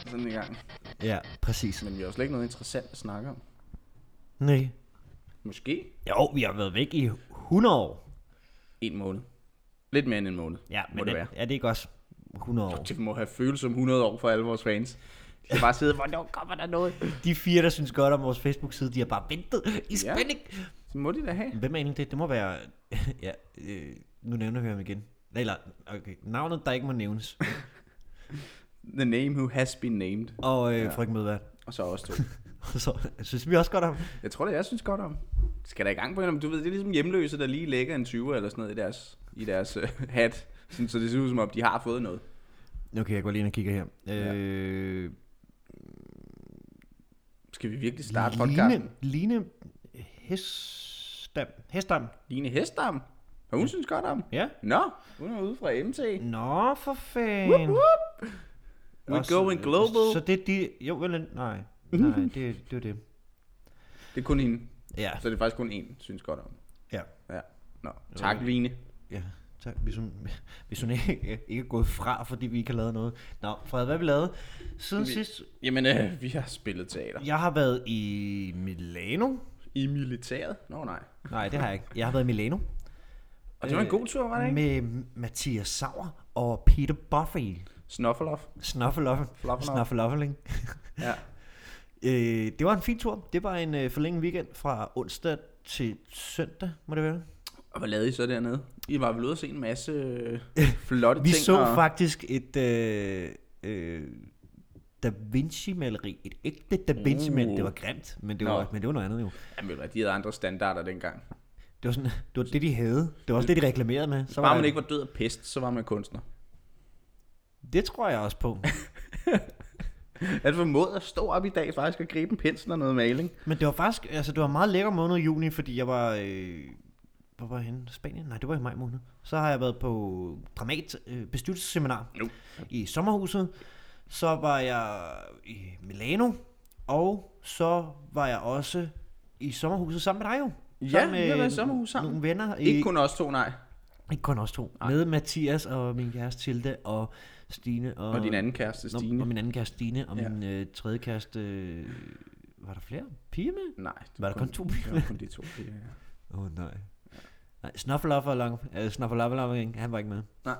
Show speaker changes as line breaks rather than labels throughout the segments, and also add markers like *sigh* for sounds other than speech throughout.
for sådan en gang.
Ja, præcis.
Men vi har jo slet ikke noget interessant at snakke om.
Nej.
Måske
Jo, vi har været væk i 100 år.
en måned. Lidt mere end en måned.
Ja,
må
men
det
det,
være.
er det ikke også 100 år?
Det må have følt som 100 år for alle vores fans. De skal bare sidde, hvornår kommer der noget?
De fire, der synes godt om vores Facebook-side, de har bare ventet i
Ja.
spænding.
Så må de da have.
Hvem er egentlig det? Det må være... *laughs* ja, øh, nu nævner vi ham igen. Eller, okay, navnet, der ikke må nævnes.
The name who has been named.
Og øh, ja. frygten medvært.
Og så også to.
Og *laughs* så synes vi også godt om.
Jeg tror det, jeg synes godt om. Skal der i gang på en Du ved, det er ligesom hjemløse, der lige lægger en 20 eller sådan noget i deres, i deres øh, hat. Sådan, så det ser ud som om, de har fået noget.
Okay, jeg går lige ind og kigger her. Øh,
Skal vi virkelig starte podcasten?
Line, Line Hestam. Hestam.
Line Hestam. Og hun synes godt om.
Ja.
Nå, hun er ude fra MT.
Nå, for fanden. Og
We're
så-
going global.
øh, Så det er de... Jo, vel, nej. Nej, det, det var det.
Det er kun hende.
Ja.
Så det er faktisk kun én, synes godt om.
Ja.
Ja. Nå, tak Line.
Ja, tak. Hvis *laughs* hun, hvis hun ikke, *laughs* ikke er gået fra, fordi vi ikke har lavet noget. Nå, Fred, hvad har vi lavet? Siden vi... sidst,
Jamen, øh, vi har spillet teater.
jeg har været i Milano.
I militæret? Nå nej.
Nej, det har jeg ikke. Jeg har været i Milano.
Og det var en
Øh,
god tur, var det ikke?
Med Mathias Sauer og Peter Buffy.
Snuffeloff.
Snuffeloffen.
Fluffeloff.
Snuffeloffling.
Ja.
øh, det var en fin tur. Det var en øh, forlænget weekend fra onsdag til søndag, må det være.
Og hvad lavede I så dernede? I var vel ude og se en masse
*laughs*
øh, flotte
Vi
ting.
så
og...
faktisk et øh, øh, Da Vinci-maleri. Et ægte Da Vinci-maleri. Det var grimt, men det var,
Uh. Nå.
men det var noget andet jo.
Jamen, ved du hvad, de havde andre standarder dengang.
Det var, sådan, det var det, de havde. Det var også det, de reklamerede med. Så
Bare
der-
man ikke var død af pest, så var man kunstner.
Det tror jeg også på.
At formået at stå op i dag faktisk og gribe en pensel og noget maling.
Men det var faktisk, altså det var en meget lækker måned i juni, fordi jeg var, øh, hvor var jeg henne? Spanien? Nej, det var i maj måned. Så har jeg været på dramat øh, bestyrelsesseminar
Nu.
i sommerhuset. Så var jeg i Milano, og så var jeg også i sommerhuset sammen med dig jo.
Ja,
Sammen med
vi har været i sommerhus sammen.
Nogle venner. i-
Ikke kun os to, nej.
ikke kun os to. Med Mathias og min kæreste Tilde og Stine. Og,
Og din anden kæreste,
Nå,
Stine.
og min anden kæreste Stine, og
Ja.
ja. min øh, tredje kæreste, øh, var der flere piger med?
Nej.
Var der kun to
Det
piger
var
med?
kun de to piger, ja.
Åh oh, nej. Nej, Snuffeloffer lang, øh, Snuffeloffer han var ikke med.
Nej.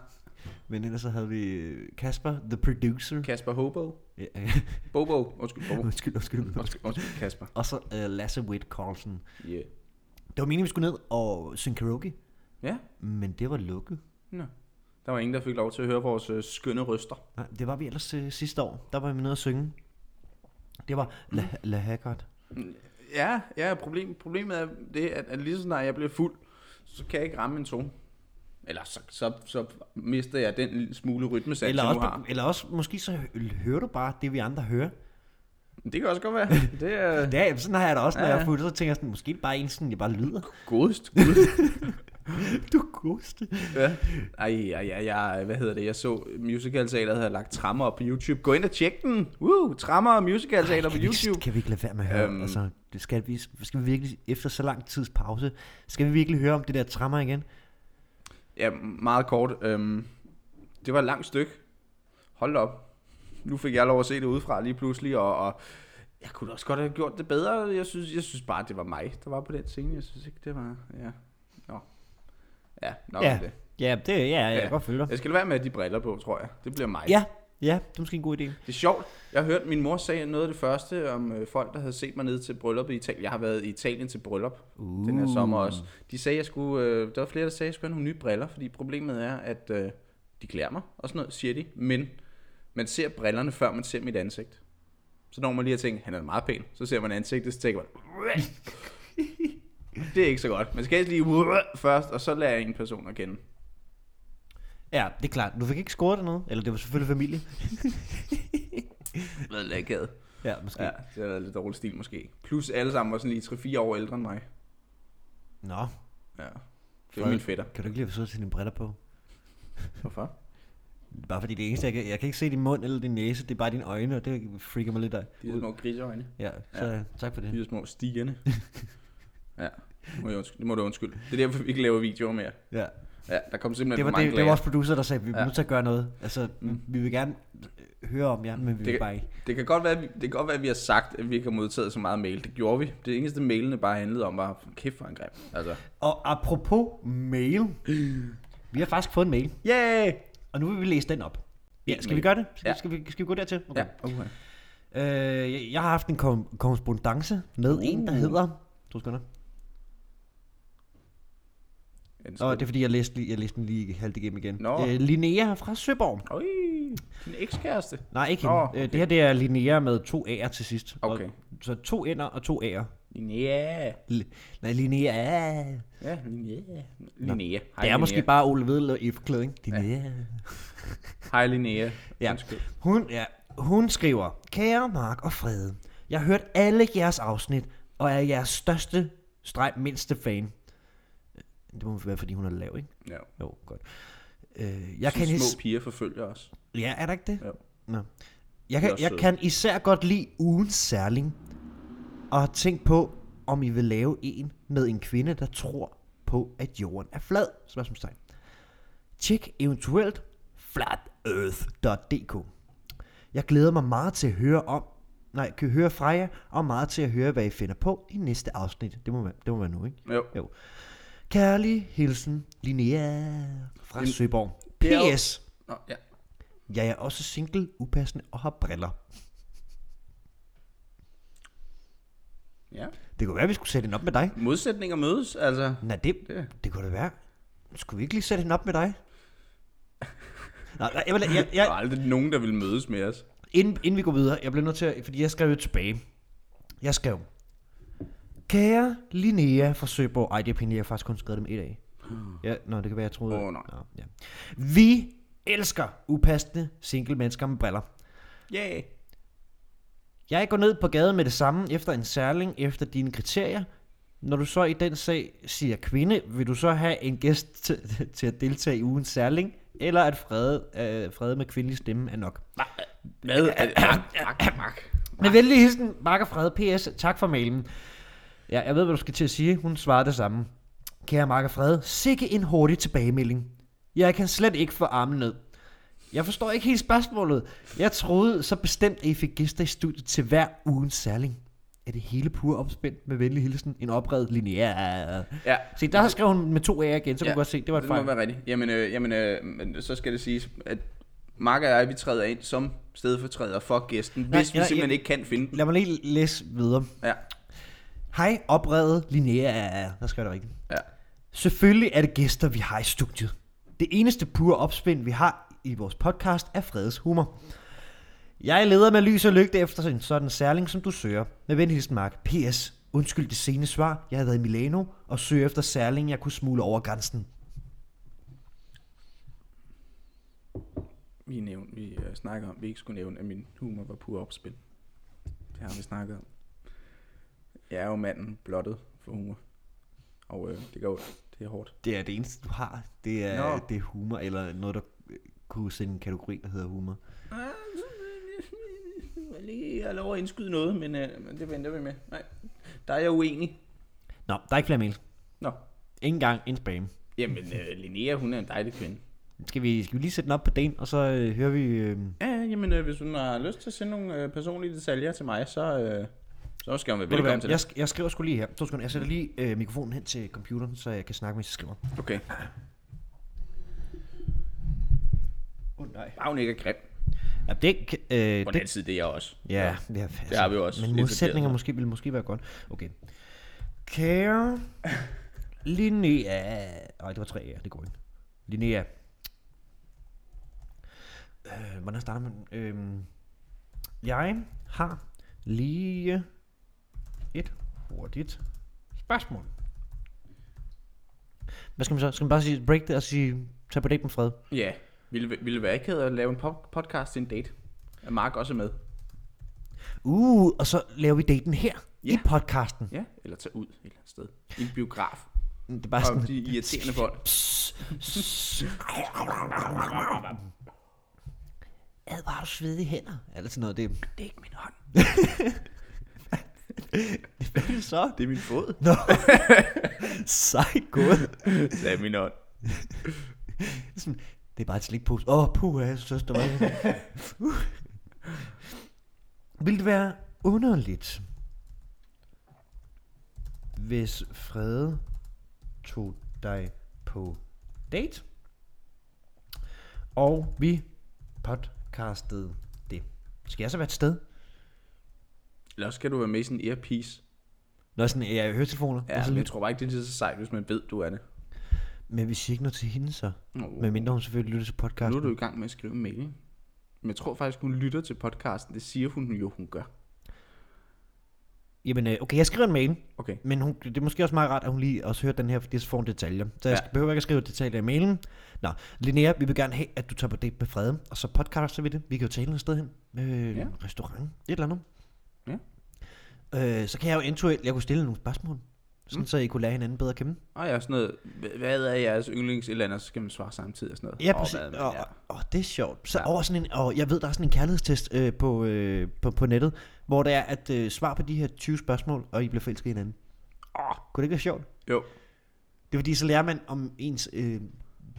Men ellers så havde vi øh, Kasper, the producer.
Kasper Hobo.
Ja, *laughs*
Bobo. Undskyld, Bobo.
undskyld, undskyld.
Undskyld, undskyld Kasper.
Og så øh, Lasse Witt Carlsen.
Yeah.
Det var meningen, vi skulle ned og synge karaoke,
Ja,
men det var lukket.
Nå. Der var ingen, der fik lov til at høre vores øh, skønne røster.
Nej, det var vi ellers øh, sidste år. Der var vi nede og synge. Det var La, La Haggard.
Ja, ja problem, problemet er det, at, at lige så snart jeg bliver fuld, så kan jeg ikke ramme en tone. Eller så, så, så mister jeg den lille smule rytmesats,
Eller
jeg nu
også,
har.
eller også, måske så hø- hører du bare det, vi andre hører.
Det kan også godt være. *laughs* Det er
Ja, jamen, sådan har jeg det også, når
Ja,
ja. jeg
ja.
er fuld, så tænker jeg sådan, måske er det bare en sådan, jeg bare lyder.
godest. godest.
Du koste.
Ja. Ej, ej, ej, ej, hvad hedder det? Jeg så musicalteateret havde lagt trammer op på YouTube. Gå ind og tjek den. Woo, trammer og musicalteater Altså, på
Kan vi, ikke,
YouTube.
kan vi ikke lade være med at høre?
Øhm.
Øhm. Altså, det skal, vi, skal vi virkelig, efter så lang tids pause, skal vi virkelig høre om det der trammer igen?
Ja, meget kort. Øhm, det var et langt stykke. Hold da op. Nu fik jeg lov at se det udefra lige pludselig, og, og jeg kunne da også godt have gjort det bedre. Jeg synes, jeg synes bare, det var mig, der var på den scene. Jeg synes ikke, det var... Ja, Nå. ja nok ja.
ja.
det.
ja, det ja, ja, jeg
Ja.
kan godt følge dig.
Jeg skal lade være med at have de briller på, tror jeg. Det bliver mig.
Ja, ja, det er måske en god idé.
Det er sjovt. Jeg hørte, min mor sagde noget af det første om øh, folk, der havde set mig ned til bryllup i Italien. Jeg har været i Italien til bryllup uh. den her sommer også. De sagde, jeg skulle, øh, der var flere, der sagde, at jeg skulle have nogle nye briller, fordi problemet er, at øh, de klæder mig og sådan noget, siger de. Men man ser brillerne, før man ser mit ansigt. Så når man lige at tænke, han er meget pæn, så ser man ansigtet, så tænker man, det er ikke så godt. Man skal helst lige først, og så lærer jeg en person at kende.
Ja, det er klart. Du fik ikke scoret noget, eller det var selvfølgelig familie.
Det er lækkert.
Ja, måske.
Ja,
Ja.
det har været lidt dårlig stil måske. Plus alle sammen var sådan lige 3-4 år ældre end mig.
Nå,
Ja. Det er min fætter.
kan du ikke lige have siddet til dine briller på?
Hvorfor?
Bare fordi det eneste, jeg kan, jeg kan ikke se din mund eller din næse, det er bare dine øjne, og det freaker mig lidt af.
De er små griseøjne.
Ja, så ja. tak for det.
De er små stigerne. *laughs* ja, det må, jeg undskylde. det må du undskylde. Det er derfor, vi ikke laver videoer mere.
Ja.
Ja, der kom simpelthen
Det var,
for mange
det, det var
klager.
vores producer, der sagde, at vi er
Ja.
nødt til at gøre noget. Altså, mm. vi vil gerne øh, høre om jer, men vi det... vil
Det-
bare ikke.
Det kan, godt være, at vi, det kan godt være, at vi har sagt, at vi ikke har modtaget så meget mail. Det gjorde vi. Det eneste mailene bare handlede om, var kæft for en grim. Altså.
Og apropos mail. *gasps* Vi har faktisk fået en mail,
Yeah!
og nu vil vi læse den op. Ja, skal vi
mail.
gøre det? Skal,
Ja.
skal, vi, skal vi gå dertil?
Okay. Ja, okay.
Øh, jeg, jeg har haft en kom- korrespondence med uh. en, der
Uh.
hedder... Du skal
Ja, det
Nå,
skal...
det er fordi, jeg læste, lige- jeg læste den lige halvt igennem igen.
Nå.
Øh, Linnea fra Søborg.
Øj, din ekskæreste.
Nej, ikke hende.
Nå,
Oh, okay. øh, det her det er Linnea med to A'er til sidst.
Okay.
Og, så to N'er og to A'er.
Linnea.
L- nej, Linnea.
Ja, Linnea. Linnea. Hej,
Det er
Linnea.
måske bare Ole Vedel i forklædning. Linnea. Ja.
Hej, Linnea.
Ja.
Undskyld.
Hun, ja, hun skriver, Kære Mark og Frede, jeg har hørt alle jeres afsnit, og er jeres største, streg mindste fan. Det må være, fordi hun er lav, ikke?
Ja.
Jo, godt. Øh, jeg
Jeg kan
kan
små
is-
piger forfølger os.
ja, er der ikke det?
Jo.
Nå. Jeg,
De er
kan,
også
jeg
søde.
kan især godt lide ugens særling, og har tænkt på, om I vil lave en med en kvinde, der tror på, at jorden er flad. Spørgsmålstegn. Tjek eventuelt flatearth.dk. Jeg glæder mig meget til at høre om, nej, kan høre fra jer, og meget til at høre, hvad I finder på i næste afsnit. Det må være, det må være nu, ikke?
Jo.
Jo. Kærlig hilsen, Linnea fra
Jamen,
Søborg.
det er jo-
P.S.
Nå, ja.
Jeg er også single, upassende og har briller.
ja.
Det kunne være, at vi skulle sætte hende op med dig.
Modsætninger mødes, altså.
Nej, det,
Det.
det kunne det være. Skulle vi ikke lige sætte hende op med dig? Nej, nej, jeg, vil- jeg,
Der
jeg,
er aldrig nogen, der vil mødes med os.
inden, inden vi går videre, jeg bliver nødt til at, fordi jeg skrev jo tilbage. Jeg skrev, kære Linnea fra Søborg, ej det er pinligt, jeg har faktisk kun skrevet dem et af. Ja, nå, det kan være, jeg troede.
Åh, nej.
Nå, ja. Vi elsker upassende single mennesker med briller.
Yeah.
Jeg går ned på gaden med det samme efter en særling efter dine kriterier. Når du så i den sag siger kvinde, vil du så have en gæst til, til at deltage i ugens særling, eller at frede, øh, frede med kvindelig stemme er nok?
Hvad? Mark, Mark, Mark.
Med venlig hilsen, Mark og Frede P.S. Tak for mailen. Ja, jeg ved, hvad du skal til at sige. Hun svarede det samme. Kære Mark og Frede, sikke en hurtig tilbagemelding. Jeg kan slet ikke få armen ned. Jeg forstår ikke helt spørgsmålet. Jeg troede så bestemt, at I fik gæster i studiet til hver ugen særling. Er det hele pur opspændt med venlig hilsen? En opredet lineær.
Ja.
Se, der skrev hun med to A'er igen, så ja.
Ja,
kunne godt se, det var et
Det må
fejl.
være rigtigt. Jamen, øh, jamen øh, men så skal det siges, at Mark og jeg, vi træder ind som stedfortræder for gæsten,
Nej,
hvis vi
nej,
simpelthen
jeg-
ikke kan finde den.
Lad mig lige læse videre.
Ja,
Hej, opredet lineær. Der skrev det rigtigt.
ja.
Selvfølgelig er det gæster, vi har i studiet. Det eneste pure opspind, vi har i vores podcast, er Freds humor. Jeg leder med lys og lygte efter en sådan særling, som du søger. Med venlig hilsen, Mark. P.S. Undskyld det sene svar. Jeg har været i Milano og søger efter særling, jeg kunne smule over grænsen.
Vi, nævnte, vi øh, snakker om, at vi ikke skulle nævne, at min humor var pur opspil. Det har vi snakket om. Jeg er jo manden blottet for humor. Og øh, det går Det er hårdt.
Det er det eneste, du har. Det
er- Nå.
det er humor, eller noget, der øh, kunne sende en kategori, der hedder humor.
Ah, Jeg lige har lov at indskyde noget, men øh, men det venter vi med. Nej, der er jeg uenig.
Nå, der er ikke flere mails.
Nå.
Ingen gang, en spam.
Jamen, øh, Linnea, hun er en dejlig kvinde.
Skal vi, skal vi lige sætte den op på dagen, og så øh, hører vi... Øh...
Ja, ja, jamen, øh, hvis hun har lyst til at sende nogle øh, personlige detaljer til mig, så, øh, så skal hun være
Ved du
velkommen
hvad,
til
jeg,
det.
sk- jeg skriver sgu lige her. To sekunder. Jeg sætter lige øh, mikrofonen hen til computeren, så jeg kan snakke, mens jeg skriver.
Okay.
Åh oh, nej.
Bare hun ikke er grim.
Ja, det, kan- øh,
På den
det,
anden side, det er jeg også.
ja, ja, altså,
Det har vi jo også
Men
lidt
modsætninger
etableret.
måske, ville måske være godt. Okay. Kære Linnea... Ej, det var tre ja, det går ikke. Linnea. Øh, hvordan starter man? Øh, jeg har lige et hurtigt spørgsmål. Hvad skal man så? Skal man bare sige break det og sige, tag på date med fred?
Ja, ville, ville det være ikke at lave en po- podcast til en date? At Mark også er med.
Uh, og så laver vi daten her
Ja.
i podcasten.
Ja, eller tage ud et eller andet sted. I en *laughs* biograf.
Det er bare
Og
sådan,
de irriterende folk.
ad, hvor har du svedige hænder? Eller sådan noget, det,
Det er ikke min hånd.
*laughs* hvad er det så?
Det er min fod.
*laughs* Nå, sejt gået.
det er min hånd.
*laughs* Sådan, Det er bare et slikpose. Åh, oh, puh, jeg synes, det var Vil det være underligt, hvis Frede tog dig på date, og vi podcastede det? Skal jeg så være et sted?
Eller også skal du være med i sådan en earpiece.
Nå, sådan, jeg høretelefoner.
Ja,
altså
men jeg
lidt.
tror bare ikke, det er lige så sejt, hvis man ved, du er det.
Men vi siger ikke noget til hende så.
Oh.
Men mindre hun selvfølgelig lytter til podcasten.
Nu er du i gang med at skrive en mail. Men jeg tror faktisk, hun lytter til podcasten. Det siger hun jo, hun gør.
Jamen, øh, okay, jeg skriver en mail.
Okay.
Men hun, det er måske også meget rart, at hun lige også hører den her, fordi så får hun detaljer. Så jeg
Ja.
ja. behøver ikke at skrive detaljer i mailen. Nå, Linnea, vi vil gerne have, at du tager på date med Frede, og så podcaster vi det. Vi kan jo tale et sted hen. Øh,
Ja.
ja. Restaurant, et eller andet. Øh, så kan jeg jo eventuelt, jeg kunne stille nogle spørgsmål, sådan mm. så I kunne lære hinanden bedre at kende.
Og jeg er sådan noget, "Hva- hvad er jeres yndlings et eller andet, så skal man svare samtidig og sådan noget.
Ja,
Åh,
præcis.
hvad-
Åh,
ja.
åh, det er sjovt. Så over sådan en, og jeg ved, der er sådan en kærlighedstest øh, på, øh, på, på nettet, hvor der er at øh, svar på de her 20 spørgsmål, og I bliver forelsket i hinanden. Åh, kunne det ikke være sjovt?
Jo,
Det er fordi, så lærer man om ens øh,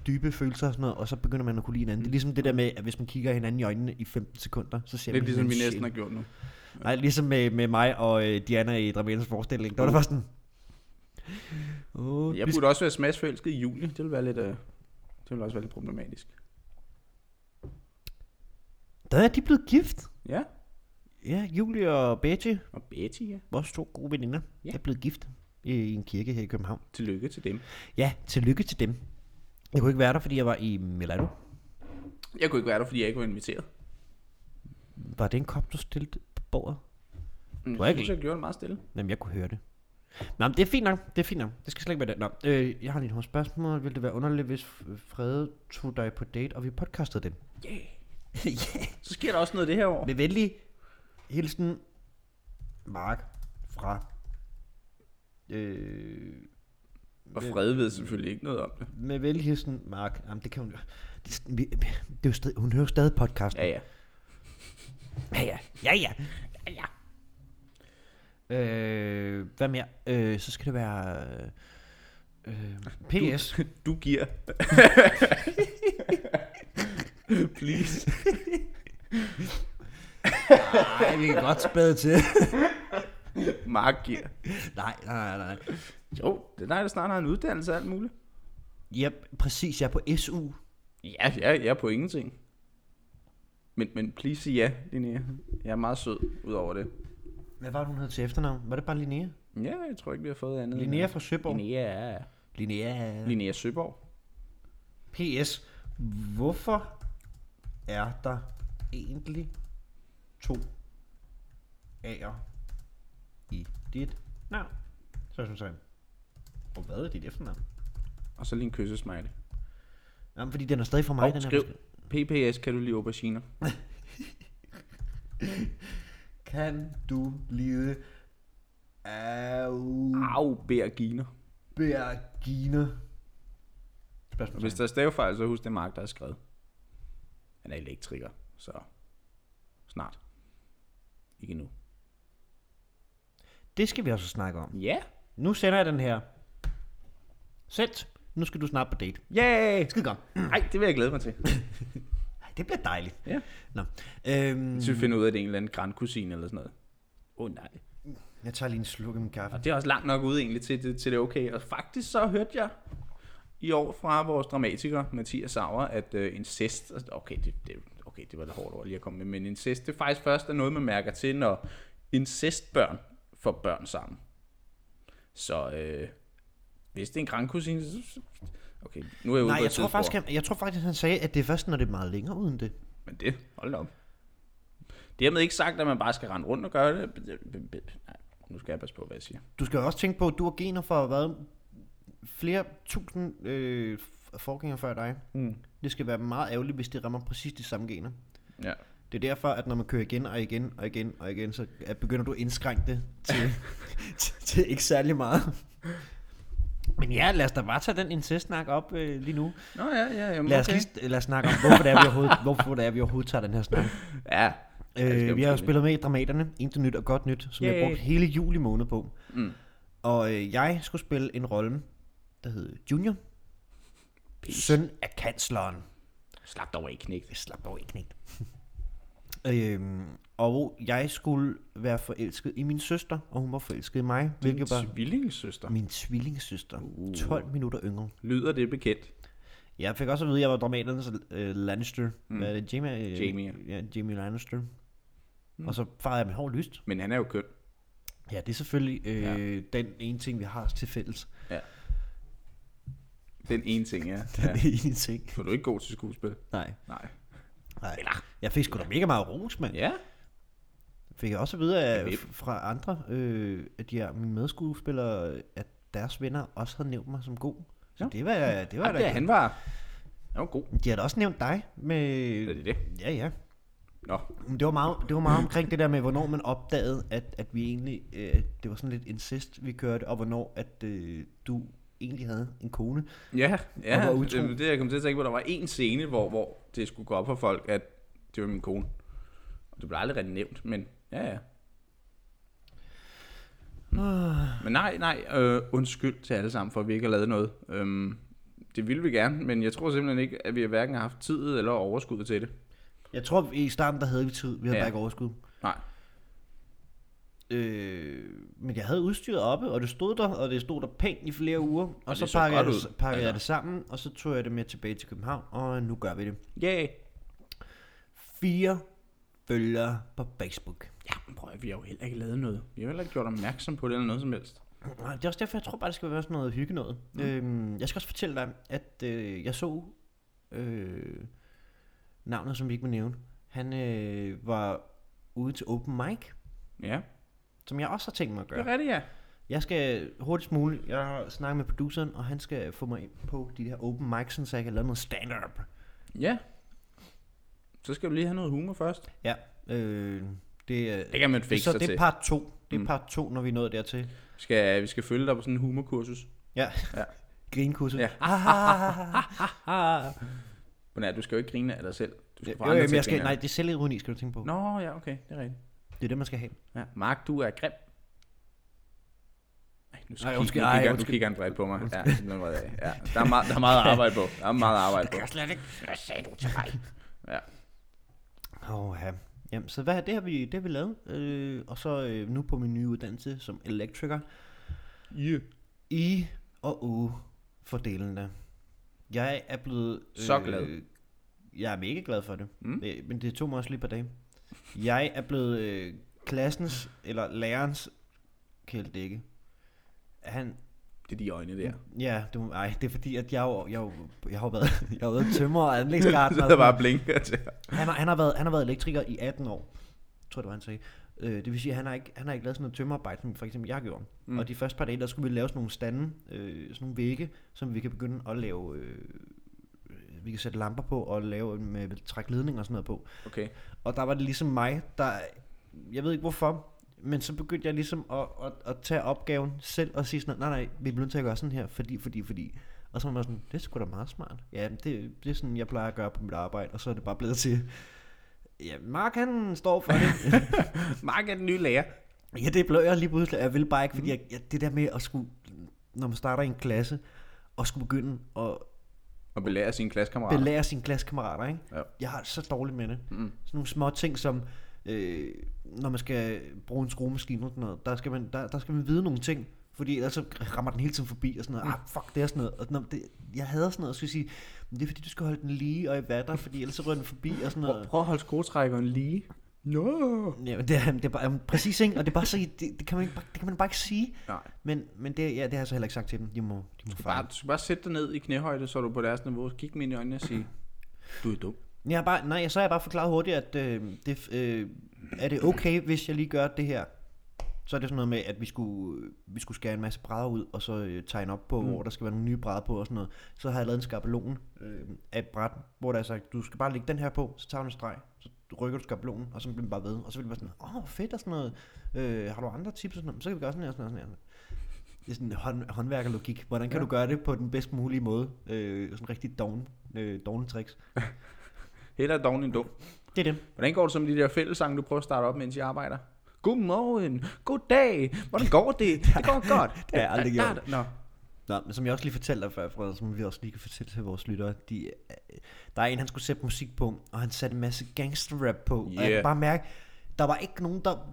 dybe følelser og sådan noget, og så begynder man at kunne lide hinanden. Det er ligesom det der med, at hvis man kigger hinanden i øjnene i 15 sekunder, så ser
lidt
man
ligesom vi
hinandens
næsten har
sjæl.
gjort nu.
Nej, ligesom med, med mig og øh, Diana i Dramatisk Forestilling. Der var det bare sådan... Oh,
Jeg burde også være smagsforelsket i juli. Det ville være lidt, øh, det ville også være lidt problematisk.
Der er de blevet gift.
Ja,
Ja, Julie og Betty,
og Betty, ja.
vores to gode veninder,
Ja.
ja. er blevet gift i, i en kirke her i København.
Tillykke til dem.
Ja, tillykke til dem. Jeg kunne ikke være der, fordi jeg var i Milano.
Jeg kunne ikke være der, fordi jeg ikke var inviteret.
Var det en kop, du stillede på bordet?
Mm,
Du er
jeg
ikke-
synes, jeg gjorde det meget
*laughs*
stille.
Jamen, jeg kunne høre det. Nå, men det er fint nok. Det er fint nok. Det skal slet ikke være det. Nå, øh, jeg har lige nogle spørgsmål. Vil det være underligt, hvis F- Frede tog dig på date, og vi podcastede den?
Yeah.
ja.
Så sker der også noget det her år.
Med venlig hilsen, Mark fra... Øh,
Og Fred ved selvfølgelig ikke noget om det.
med venlig hilsen, Mark. Jamen, det kan hun jo... Det, er sådan, vi- det er jo stadig, hun hører jo stadig podcasten.
Ja, ja.
Ja, ja. Ja, ja. ja, ja. Øh, hvad mere? Øh, så skal det være... Øh, PS.
*laughs* Du giver. *laughs* Please.
Nej, vi kan godt spæde til.
Mark giver.
nej, nej, nej.
Jo, det er dig, der snart har en uddannelse og alt muligt.
Ja, præcis. Jeg er på SU.
Ja, jeg, jeg er på ingenting. Men, men please sig ja, Linnea. Jeg er meget sød ud over det.
Hvad var det, hun hed til efternavn? Var det bare Linnea?
Ja, jeg tror ikke, vi har fået andet. end-
Linnea fra Søborg.
Linnea.
Linnea.
Linnea Søborg.
PS. Hvorfor er der egentlig to A'er i dit navn? Så synes jeg. Og hvad er dit efternavn?
Og så lige en kyssesmiley.
Jamen, fordi den er stadig for mig,
Og
den her.
skriv, PPS, kan du lide auberginer?
Kan du lide
Mm. Auberginer.
aubergine?
Og
Spørgsmål.
hvis der er stavefejl, så husk det er Mark, der har skrevet. Han er elektriker, så snart. Ikke nu.
Det skal vi også snakke om.
Ja.
Nu sender jeg den her. Sendt. Nu skal du snart på date.
Yay!
Skide godt.
Nej, det vil jeg glæde mig til.
Ej, det bliver dejligt.
Ja.
Nå. Øhm,
Så vi finder ud af, at det er en eller anden grandkusine eller sådan noget. Åh oh, nej.
jeg tager lige en sluk af min kaffe.
Og det er også langt nok ud egentlig til det, til det er okay. Og faktisk så hørte jeg i år fra vores dramatiker, Mathias Sauer, at øh, incest, altså, okay det, det, okay, det var lidt hårdt ord lige at komme med, men incest, det er faktisk først er noget, man mærker til, når incestbørn får børn sammen. Så øh, hvis det er en grandkusine, så- så- okay, nu er jeg ude
Nej,
på
jeg
et
tror, faktisk,
tidsspor.
han, jeg tror faktisk, han sagde, at det er først, når det er meget længere uden det.
Men det, hold da op. Dermed ikke sagt, at man bare skal rende rundt og gøre det. Nej, nu skal jeg passe på, hvad jeg siger.
Du skal jo også tænke på, at du har gener for hvad, flere tusind øh, f- forgængere før dig.
Mm.
Det skal være meget ærgerligt, hvis det rammer præcis de samme gener.
Ja.
Det er derfor, at når man kører igen og igen og igen og igen, så er- begynder du at indskrænke det *laughs* til, til, til ikke særlig meget. Men ja, lad os da bare tage den incest-snak op øh, lige nu.
Nå ja, ja, jamen,
Lad os,
okay.
lige, lad os snakke om, hvorfor det er, vi overhovedet, *laughs* hvorfor det er, vi overhovedet tager den her snak.
Ja.
Øh, vi har jo spillet med i Dramaterne, Intet Nyt og Godt Nyt, som jeg
Yay.
har brugt hele juli måned på.
Mm.
Og øh, jeg skulle spille en rolle, der hed Junior, søn af kansleren.
Slap dog ikke, knægt.
Slap dog ikke, knægt. *laughs* Øhm, og jeg skulle være forelsket i min søster, og hun var forelsket i mig, hvilket var
Tvillingssøster.
min tvillingssøster, 12 minutter yngre.
Lyder det bekendt?
Jeg fik også at vide, at jeg var dramaternes øh, Lannister. Mm. Hvad er det? Jamie, øh,
Jamie,
Ja, Jamie Lannister. Mm. Og så farede jeg mit hår lyst.
Men han er jo køn.
Ja, det er selvfølgelig øh, ja. den ene ting, vi har til fælles.
Ja. Den ene ting, ja.
Den
ja.
*laughs* ja. ene ting.
For du er ikke god til skuespil.
Nej.
Nej.
Nej. Jeg fik sgu da mega meget ros, mand.
Ja.
Fik jeg også at vide af,
Ja, vip.
f- fra andre, øh, at de her, mine medskuespillere, at deres venner også havde nævnt mig som god. Så
Ja.
det var, det var
Ej,
da...
det, er- han var... Han var god.
De har da også nævnt dig med...
Er det det?
Ja, ja.
Nå.
Men Det var, meget, det var meget omkring det der med, hvornår man opdagede, at, at vi egentlig... Øh, det var sådan lidt incest, vi kørte, og hvornår at øh, du egentlig havde en kone.
Ja, ja.
Han var utro.
Det, det, jeg kom til at tænke på, der var en scene, hvor, hvor det skulle gå op for folk, at det var min kone. Og det blev aldrig rigtig nævnt, men ja, ja. Mm. Men nej, nej, øh, undskyld til alle sammen for, at vi ikke har lavet noget. Øhm, det ville vi gerne, men jeg tror simpelthen ikke, at vi hverken har haft tid eller overskud til det.
Jeg tror, i starten, der havde vi tid. Vi havde
Ja.
ja. bare ikke overskud.
Nej.
Øh, men jeg havde udstyret oppe, og det stod der, og det stod der pænt i flere uger. Og, og
det
så,
så
pakkede, jeg
godt
det,
ud.
pakkede jeg
Altså.
det sammen, og så tog jeg det med tilbage til København, og nu gør vi det.
Ja. Yeah.
Fire følgere på Facebook.
Ja, men prøv at, vi har jo heller ikke lavet noget. Vi har heller ikke gjort opmærksom på det eller noget som helst.
Nej, Ah, Det er også derfor, jeg tror bare, det skal være sådan noget hygge noget. Mm. Øhm, jeg skal også fortælle dig, at øh, jeg så øh, navnet, som vi ikke må nævne. Han øh, var ude til open mic,
Ja,
som jeg også har tænkt mig at
det
gøre.
er rigtigt, ja.
Jeg skal hurtigst muligt, jeg har snakket med produceren, og han skal få mig ind på de her open mics, sådan så jeg kan lave noget stand-up.
Ja. Så skal vi lige have noget humor først.
Ja, øh, det, er-
Det kan man fikse
Så
sig
det er
til.
part 2. Det er
Mm.
part 2, når vi er nået dertil.
Vi skal, vi skal følge dig på sådan en humorkursus.
Ja,
Ja.
*laughs* grinkurset.
Ja.
Ja.
*laughs*
Ah,
Men nej, du skal jo ikke grine af dig selv. Du skal få
jo,
andre
jamen,
til
jeg
at
skal,
grine
nej,
af
det er selvironi, skal du tænke på.
dig. Nå, ja, okay, det er rigtigt.
Det er det, man skal have.
Ja. Mark, du er grim. Ej, nu, skal
Ej,
ej,
undskyld,
nu,
ej,
kigger, nu
undskyld.
kigger han bredt på mig. Ja, den var jeg. Ja, der, er meget, der er meget arbejde på. Der er meget arbejde på.
slet ikke. Hvad sagde du til mig?
Ja.
Åh, ja. Jamen, så hvad, det har vi, det har vi lavet. Øh, og så øh, nu på min nye uddannelse som elektriker.
Yeah.
I og u for delene. Jeg er blevet... øh,
Så glad.
Jeg er mega glad for det.
Mm.
Mm. Men det tog mig også lige et par dage. Jeg er blevet øh, klassens, eller lærerens Kjeld Dække. Han,
Det er de øjne der.
ja, det, må- ej, det er fordi, at jeg, jo- jeg, jo- jeg, har været, *laughs* jeg har været tømmer
*laughs*
og anlægsgartner.
Så der bare blinker til.
Han har, han, har været, han har været elektriker i 18 år, tror jeg, det var, han sagde. Øh, det vil sige, at han har ikke, han har ikke lavet sådan noget tømmerarbejde, som for eksempel jeg gjorde.
Mm.
Mm. Og de første par dage, der skulle vi lave sådan nogle stande, øh, sådan nogle vægge, som vi kan begynde at lave... Øh, vi kan sætte lamper på og lave øh, med, med trække ledninger og sådan noget på.
Okay.
Og der var det ligesom mig, der... Jeg ved ikke hvorfor, men så begyndte jeg ligesom at, at, at tage opgaven selv og sige sådan, nej, nej, vi bliver nødt til at gøre sådan her, fordi, fordi, fordi. Og så var man sådan, det er sgu da meget smart. Ja, det, det er sådan, jeg plejer at gøre på mit arbejde, og så er det bare blevet til, ja, Mark han står for det.
*laughs*
*laughs*
Mark er den nye lærer.
ja, det blev jeg lige pludselig, og jeg ville bare ikke, fordi jeg, jeg, det der med at skulle, når man starter i en klasse, og skulle begynde at
Og belærer sine klassekammerater.
belære sine klassekammerater, ikke?
Ja.
Jeg har det så dårligt med det.
Mm.
Sådan nogle små ting som, øh, når man skal bruge en skruemaskine og sådan noget, der skal, man, der, der skal man vide nogle ting, fordi ellers så rammer den hele tiden forbi og sådan noget. Ah, fuck, det er sådan noget. Og, når, det, jeg hader sådan noget, og så skal jeg sige, "Men det er fordi, du skal holde den lige og i vatter, fordi ellers så rører den forbi og sådan noget.
Prøv at holde skruetrækkeren lige. Nå. No.
Ja, men det, er, det er bare, jamen, præcis, ikke? Og det er bare så, det, det, kan man ikke, bare- det kan man bare ikke sige.
Nej.
Men, men det, ja, det har jeg så heller ikke sagt til dem. De må, de må fejle.
Bare, du skal bare sætte dig ned i knæhøjde, så er du på deres niveau. Kig dem ind i øjnene og
*clears throat*
sige, du er dum.
Jeg har bare, nej, så har jeg bare forklaret hurtigt, at øh, det, øh, er det okay, hvis jeg lige gør det her? Så er det sådan noget med, at vi skulle, øh, vi skulle skære en masse brædder ud, og så øh, tegne op på, mm. hvor der skal være nogle nye brædder på og sådan noget. Så har jeg lavet en skabelon øh, af et bræt, hvor der er sagt, du skal bare lægge den her på, så tager du en streg, så rykker du skabelonen, og så bliver den bare ved. Og så bliver det bare sådan, åh, oh, fedt og sådan noget. Øh, har du andre tips og sådan noget? Så kan vi gøre sådan her og sådan her. og Sådan her. Det er sådan hånd, håndværkerlogik. Hvordan kan
Ja.
ja. du gøre det på den bedst mulige måde? Øh, sådan rigtig doven, øh, doven tricks.
Heller dogen end dum.
Det er det.
Hvordan går det så med de der fællessange, du prøver at starte op, mens I arbejder?
*laughs*
Godmorgen, goddag, hvordan går det? Det går godt.
Det har jeg aldrig
Da, da,
gjort.
da. Nå,
Nå, men som jeg også lige fortalte dig før, Frederik, som vi også lige kan fortælle til vores lyttere, de, øh, der er en, han skulle sætte musik på, og han satte en masse gangsterrap på, yeah. og jeg
Yeah.
kan bare mærke, der var ikke nogen, der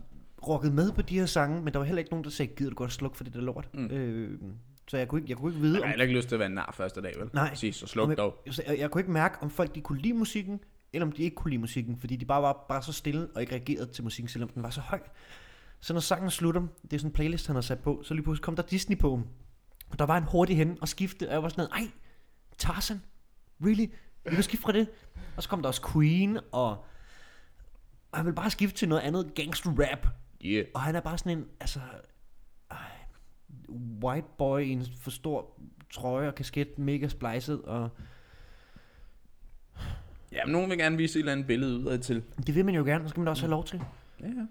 rockede med på de her sange, men der var heller ikke nogen, der sagde, gider du godt slukke for det der lort? Mm. Øh, så jeg kunne, ikke, jeg kunne ikke vide,
Jeg
om
har heller ikke lyst til at være en nar første dag, vel?
Nej.
Præcis, så
Om
sluk
jeg-
dog.
så Jeg, jeg kunne ikke mærke, om folk de kunne lide musikken, eller om de ikke kunne lide musikken, fordi de bare var bare så stille og ikke reagerede til musikken, selvom den var så høj. Så når sangen slutter, det er sådan en playlist, han har sat på, så lige pludselig kom der Disney på. Og der var en hurtig hen og skifte, og jeg var sådan noget, ej, Tarzan, really? Vi kan skifte fra det. Og så kom der også Queen, og, og han ville bare skifte til noget andet gangster rap.
Yeah.
Og han er bare sådan en, altså, øh, white boy i en for stor trøje og kasket, mega splicet, og
Jamen, nogen vil gerne vise et eller andet billede udad til.
det vil man jo gerne, og så skal man da også have lov til.
Ja, ja.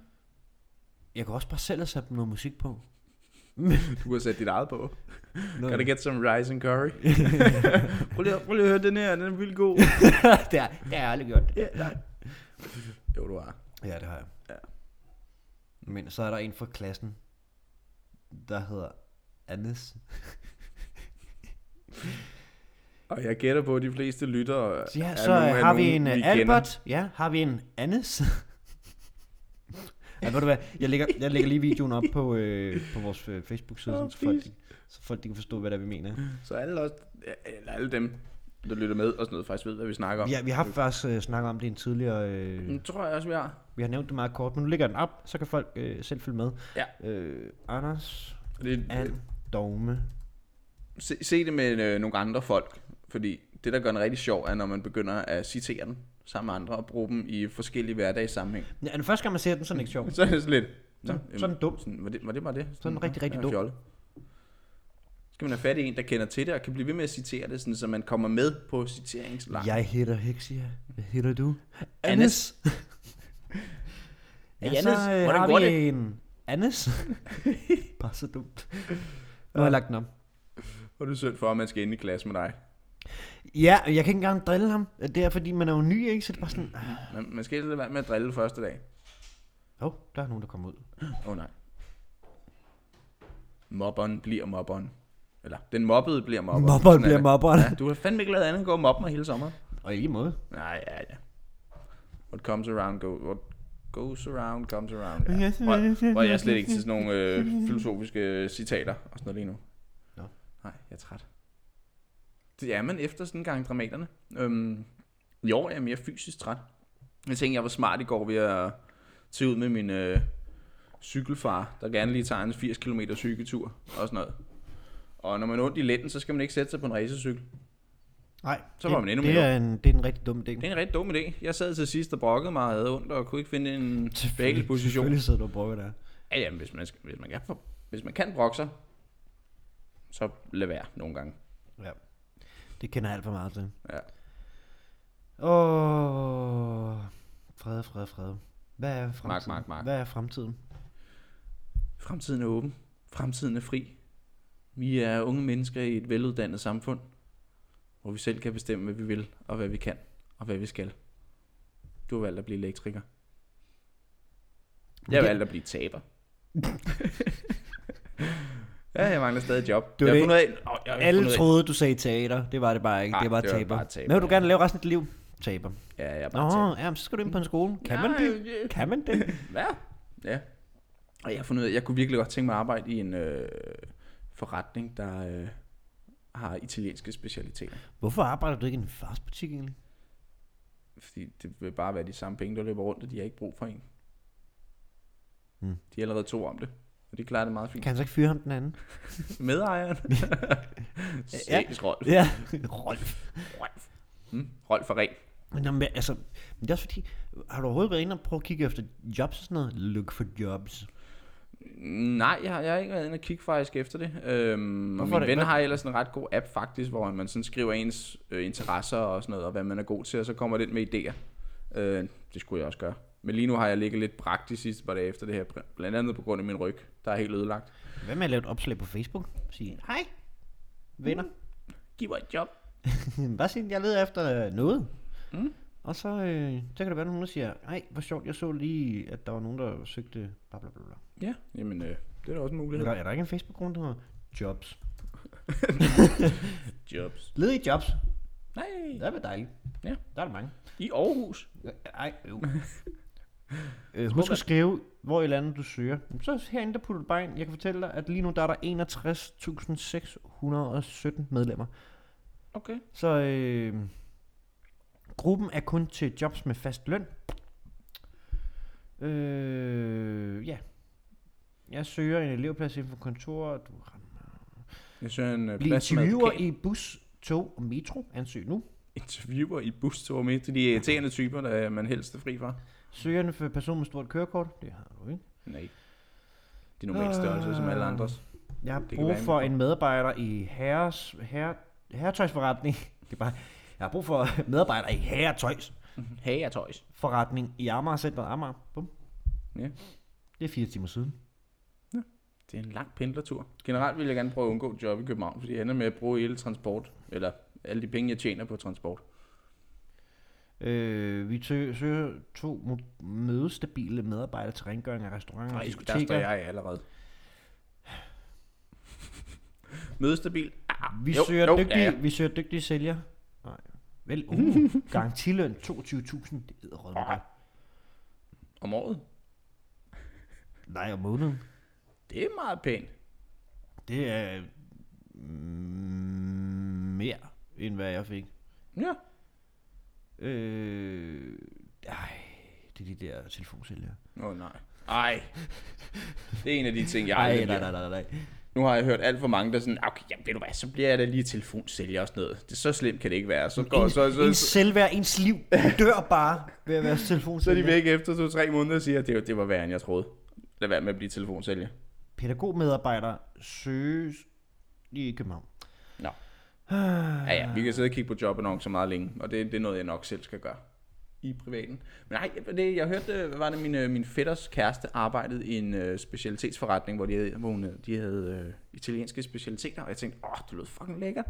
Jeg kan også bare selv have sat noget musik på.
Du har sat dit eget på.
Noget-
Gotta get some rice and
*laughs*
curry. prøv, lige, prøv lige at høre den her, den er vildt god.
*laughs* det, er, det har jeg aldrig gjort.
jo, du har.
Ja, det har jeg.
Ja.
Men så er der en fra klassen, der hedder Annes.
Og jeg gætter på, at de fleste lyttere
Så, ja,
er
så
nogle af
har vi
nogen,
en
vi
vi
kender.
Albert. Ja, har vi en Annes. ja, ved du hvad, jeg lægger, jeg lægger lige videoen op på, øh, på vores øh, Facebook-side,
Åh,
oh, så, folk, de- så folk de kan forstå, hvad det er, vi mener.
Så alle, os, eller alle dem, der lytter med og sådan noget, faktisk ved, hvad vi snakker om.
Ja, vi har faktisk øh, snakket om det i en tidligere... Øh,
Den tror jeg også, vi har.
Vi har nævnt det meget kort, men nu ligger den op, så kan folk øh, selv følge med.
Ja.
Øh, Anders
Det,
and Dogme.
se, se det med øh, nogle andre folk, fordi det, der gør en rigtig sjov, er, når man begynder at citere den sammen med andre og bruge dem i forskellige hverdagssammenhæng.
Ja, den første gang man ser den, så er den ikke sjov.
Så er det sådan lidt... Nå,
Så,
jamen,
så er den dum.
sådan, var, det, var det bare det? Sådan,
rigtig, rigtig
ja,
dum.
fjollet. Skal man have fat i en, der kender til det, og kan blive ved med at citere det, sådan, så man kommer med på citeringslejren.
Jeg hedder Hexia. Hvad hedder du?
Annes.
*laughs* ja,
Hey,
så
Annes,
øh,
hvordan
har
går
vi
det?
en
*laughs*
Annes. Bare så dumt. Nu har jeg lagt den op.
Og det er synd for, at man skal ind i klasse med dig.
Ja, og jeg kan ikke engang drille ham. Det er fordi, man er jo ny, ikke? Så det er bare sådan... "Ah, Åh,
Man, man skal ikke lade være med at drille første dag.
oh, der er nogen, der kommer ud.
Åh oh, nej. Mobberen bliver mobberen. Eller, den mobbede bliver mobberen.
Mobberen
Sådan er
bliver
det.
mobberen.
Ja, du har fandme ikke lavet andet end gå og mobbe mig hele sommeren.
Og i lige måde.
Nej, ja, ja. What comes around, go, what goes around, comes around. Ja.
Ja.
Hvor, hvor jeg er slet ikke til sådan nogle øh, filosofiske citater og sådan noget lige nu.
Nå.
Nej, jeg er træt. Det er man efter sådan en gang dramaterne. Øhm, I år er jeg mere fysisk træt. Jeg tænkte, jeg var smart i går ved at tage ud med min øh, cykelfar, der gerne lige tager en 80 km cykeltur og sådan noget. Og når man er ondt i lænden, så skal man ikke sætte sig på en racercykel.
Nej,
Så
det-
var man endnu
det
mere
er, en, det er en rigtig dum idé.
Det er en rigtig dum idé. Jeg sad til sidst og brokkede mig og havde ondt, og kunne ikke finde en behagelig
Selvfølgelig-
position.
Selvfølgelig sidder du og brokker der.
Ja, jamen, hvis man, skal- hvis man, kan, hvis man kan brokke sig, så lad være nogle gange.
Ja. Det kender jeg alt for meget til.
Ja.
Åh, fred, fred, fred. Hvad er fremtiden?
mark, mark.
Hvad er fremtiden?
Fremtiden er åben. Fremtiden er fri. Vi er unge mennesker i et veluddannet samfund, hvor vi selv kan bestemme, hvad vi vil, og hvad vi kan, og hvad vi skal. Du har valgt at blive elektriker. Jeg har
Det-
valgt at blive
*laughs*
taber. ja, jeg mangler stadig job.
Du
jeg
ved,
har fundet af, Åh, jeg har
Alle
fundet af-
troede, du sagde teater. Det var det bare ikke.
Nej,
det var
det var
taber.
bare taber,
Hvad vil du
ja.
gerne lave resten af dit liv? Taber.
Ja, jeg er bare taber.
Nå, ja, men så skal du ind på en skole. Kan man det?
det?
Kan man det?
Ja. ja. Og jeg har fundet ud af, jeg kunne virkelig godt tænke mig at arbejde i en øh, forretning, der øh, har italienske specialiteter.
Hvorfor arbejder du ikke i en fastbutik egentlig?
Fordi det vil bare være de samme penge, der løber rundt, og de har ikke brug for en.
Hmm.
De er allerede to om det. Og de klarer det meget fint.
Kan han så ikke fyre ham den
*laughs*
anden? *laughs*
Medejeren. *laughs* Sækkes Rolf.
Ja. Rolf.
Rolf. Hmm? Rolf er ren.
Men, jamen, altså, men det er også fordi, har du overhovedet været inde og prøve at kigge efter jobs og sådan noget? Look for jobs.
Nej, jeg har, jeg har ikke været inde og kigge faktisk efter det. Øhm, og
Hvorfor er
min
det-
ven
hvad-
har ellers en ret god app faktisk, hvor man sådan skriver ens øh, interesser og sådan noget, og hvad man er god til, og så kommer den med idéer. Øh, det skulle jeg også gøre. Men lige nu har jeg ligget lidt bragt de sidste par dage efter det her, blandt andet på grund af min ryg, der er helt ødelagt.
Hvad med at lave et opslag på Facebook? Sige, hej, venner. *laughs*
Giv mig et job.
Bare sig, jeg leder efter øh, noget.
Mm.
Og så, øh, så kan der være nogen, der siger, nej, hvor sjovt, jeg så lige, at der var nogen, der søgte bla bla bla. bla.
Ja, jamen øh, det er da også en mulighed.
Er, der, er der ikke en Facebook-gruppe, der hedder Jobs?
Jobs.
Ledige jobs.
Nej,
Det er dejligt.
Ja.
Der er der mange.
i Aarhus.
Ej,
*laughs*
øv. øh, husk at skrive, hvor i landet du søger. Så herinde, der putter du bare ind. Jeg kan fortælle dig, at lige nu der er der 61.617 medlemmer.
Okay.
Så øh, gruppen er kun til jobs med fast løn. Øh, ja. Jeg søger en elevplads inden for kontor. Du
Jeg søger en uh,
Bliv
plads som
interviewer
advokat.
i bus, tog og metro. Ansøg nu.
*laughs* Interviewer i bustog med. Det er de irriterende typer, der man helst er fri fra.
Søgerne for person med stort kørekort. Det har du ikke.
Nej. Det er normalt størrelse som alle andres.
Jeg har
kan
brug
være en-
for en medarbejder i herres, herre, herretøjsforretning. *laughs* Det er bare, jeg har brug for *laughs* medarbejder i herretøjsforretning
Hey, jeg tøjs.
i Amager Centeret Amager. Bum.
Ja.
Det er fire timer siden.
Det er en lang pendlertur. Generelt vil jeg gerne prøve at undgå et job i København, fordi jeg ender med at bruge hele transport, eller alle de penge, jeg tjener på transport.
Øh, vi tø- søger to mo- mødestabile medarbejdere til rengøring af restauranter og
Nej, der står
diskoteker.
jeg allerede. Mødestabil. Ah,
Vi,
Jo,
søger
jo,
dygtige,
ja, ja.
vi søger dygtige sælgere. Nej. Vel, uh, garantiløn 22.000. Det er rød
Ah. Om året.
Nej, om måneden.
Det er meget pænt.
Det er mm, mere, end hvad jeg fik.
Ja.
Øh, ej, det er de der telefonsælgere.
Åh oh, nej. Ej. Det er en af de ting, jeg
Ej,
aldrig
nej,
bliver.
nej, nej, nej.
Nu har jeg hørt alt for mange, der sådan, "Ah, okay, jamen ved du hvad, så bliver jeg da lige telefonsælger og sådan noget. Det er så slemt kan det ikke være. Så, går,
En,
så, så,
ens
så,
selvværd, ens liv
*laughs*
dør bare ved at være
så er de
telefonsælger.
væk efter to-tre måneder og siger, at det, var- det var værre, end jeg troede. Lad være med at blive telefonsælger.
Pædagogmedarbejdere søges i København.
Nå. Ja, ja, vi kan sidde og kigge på jobannoncer meget længe, og det, det er noget, jeg nok selv skal gøre i privaten. Men nej, det, jeg hørte, øh, hvad var det, min, øh, min fætters kæreste arbejdede i en øh, specialitetsforretning, hvor de havde, hvor hun, øh, de havde øh, italienske specialiteter, og jeg tænkte, åh, det lød fucking lækkert.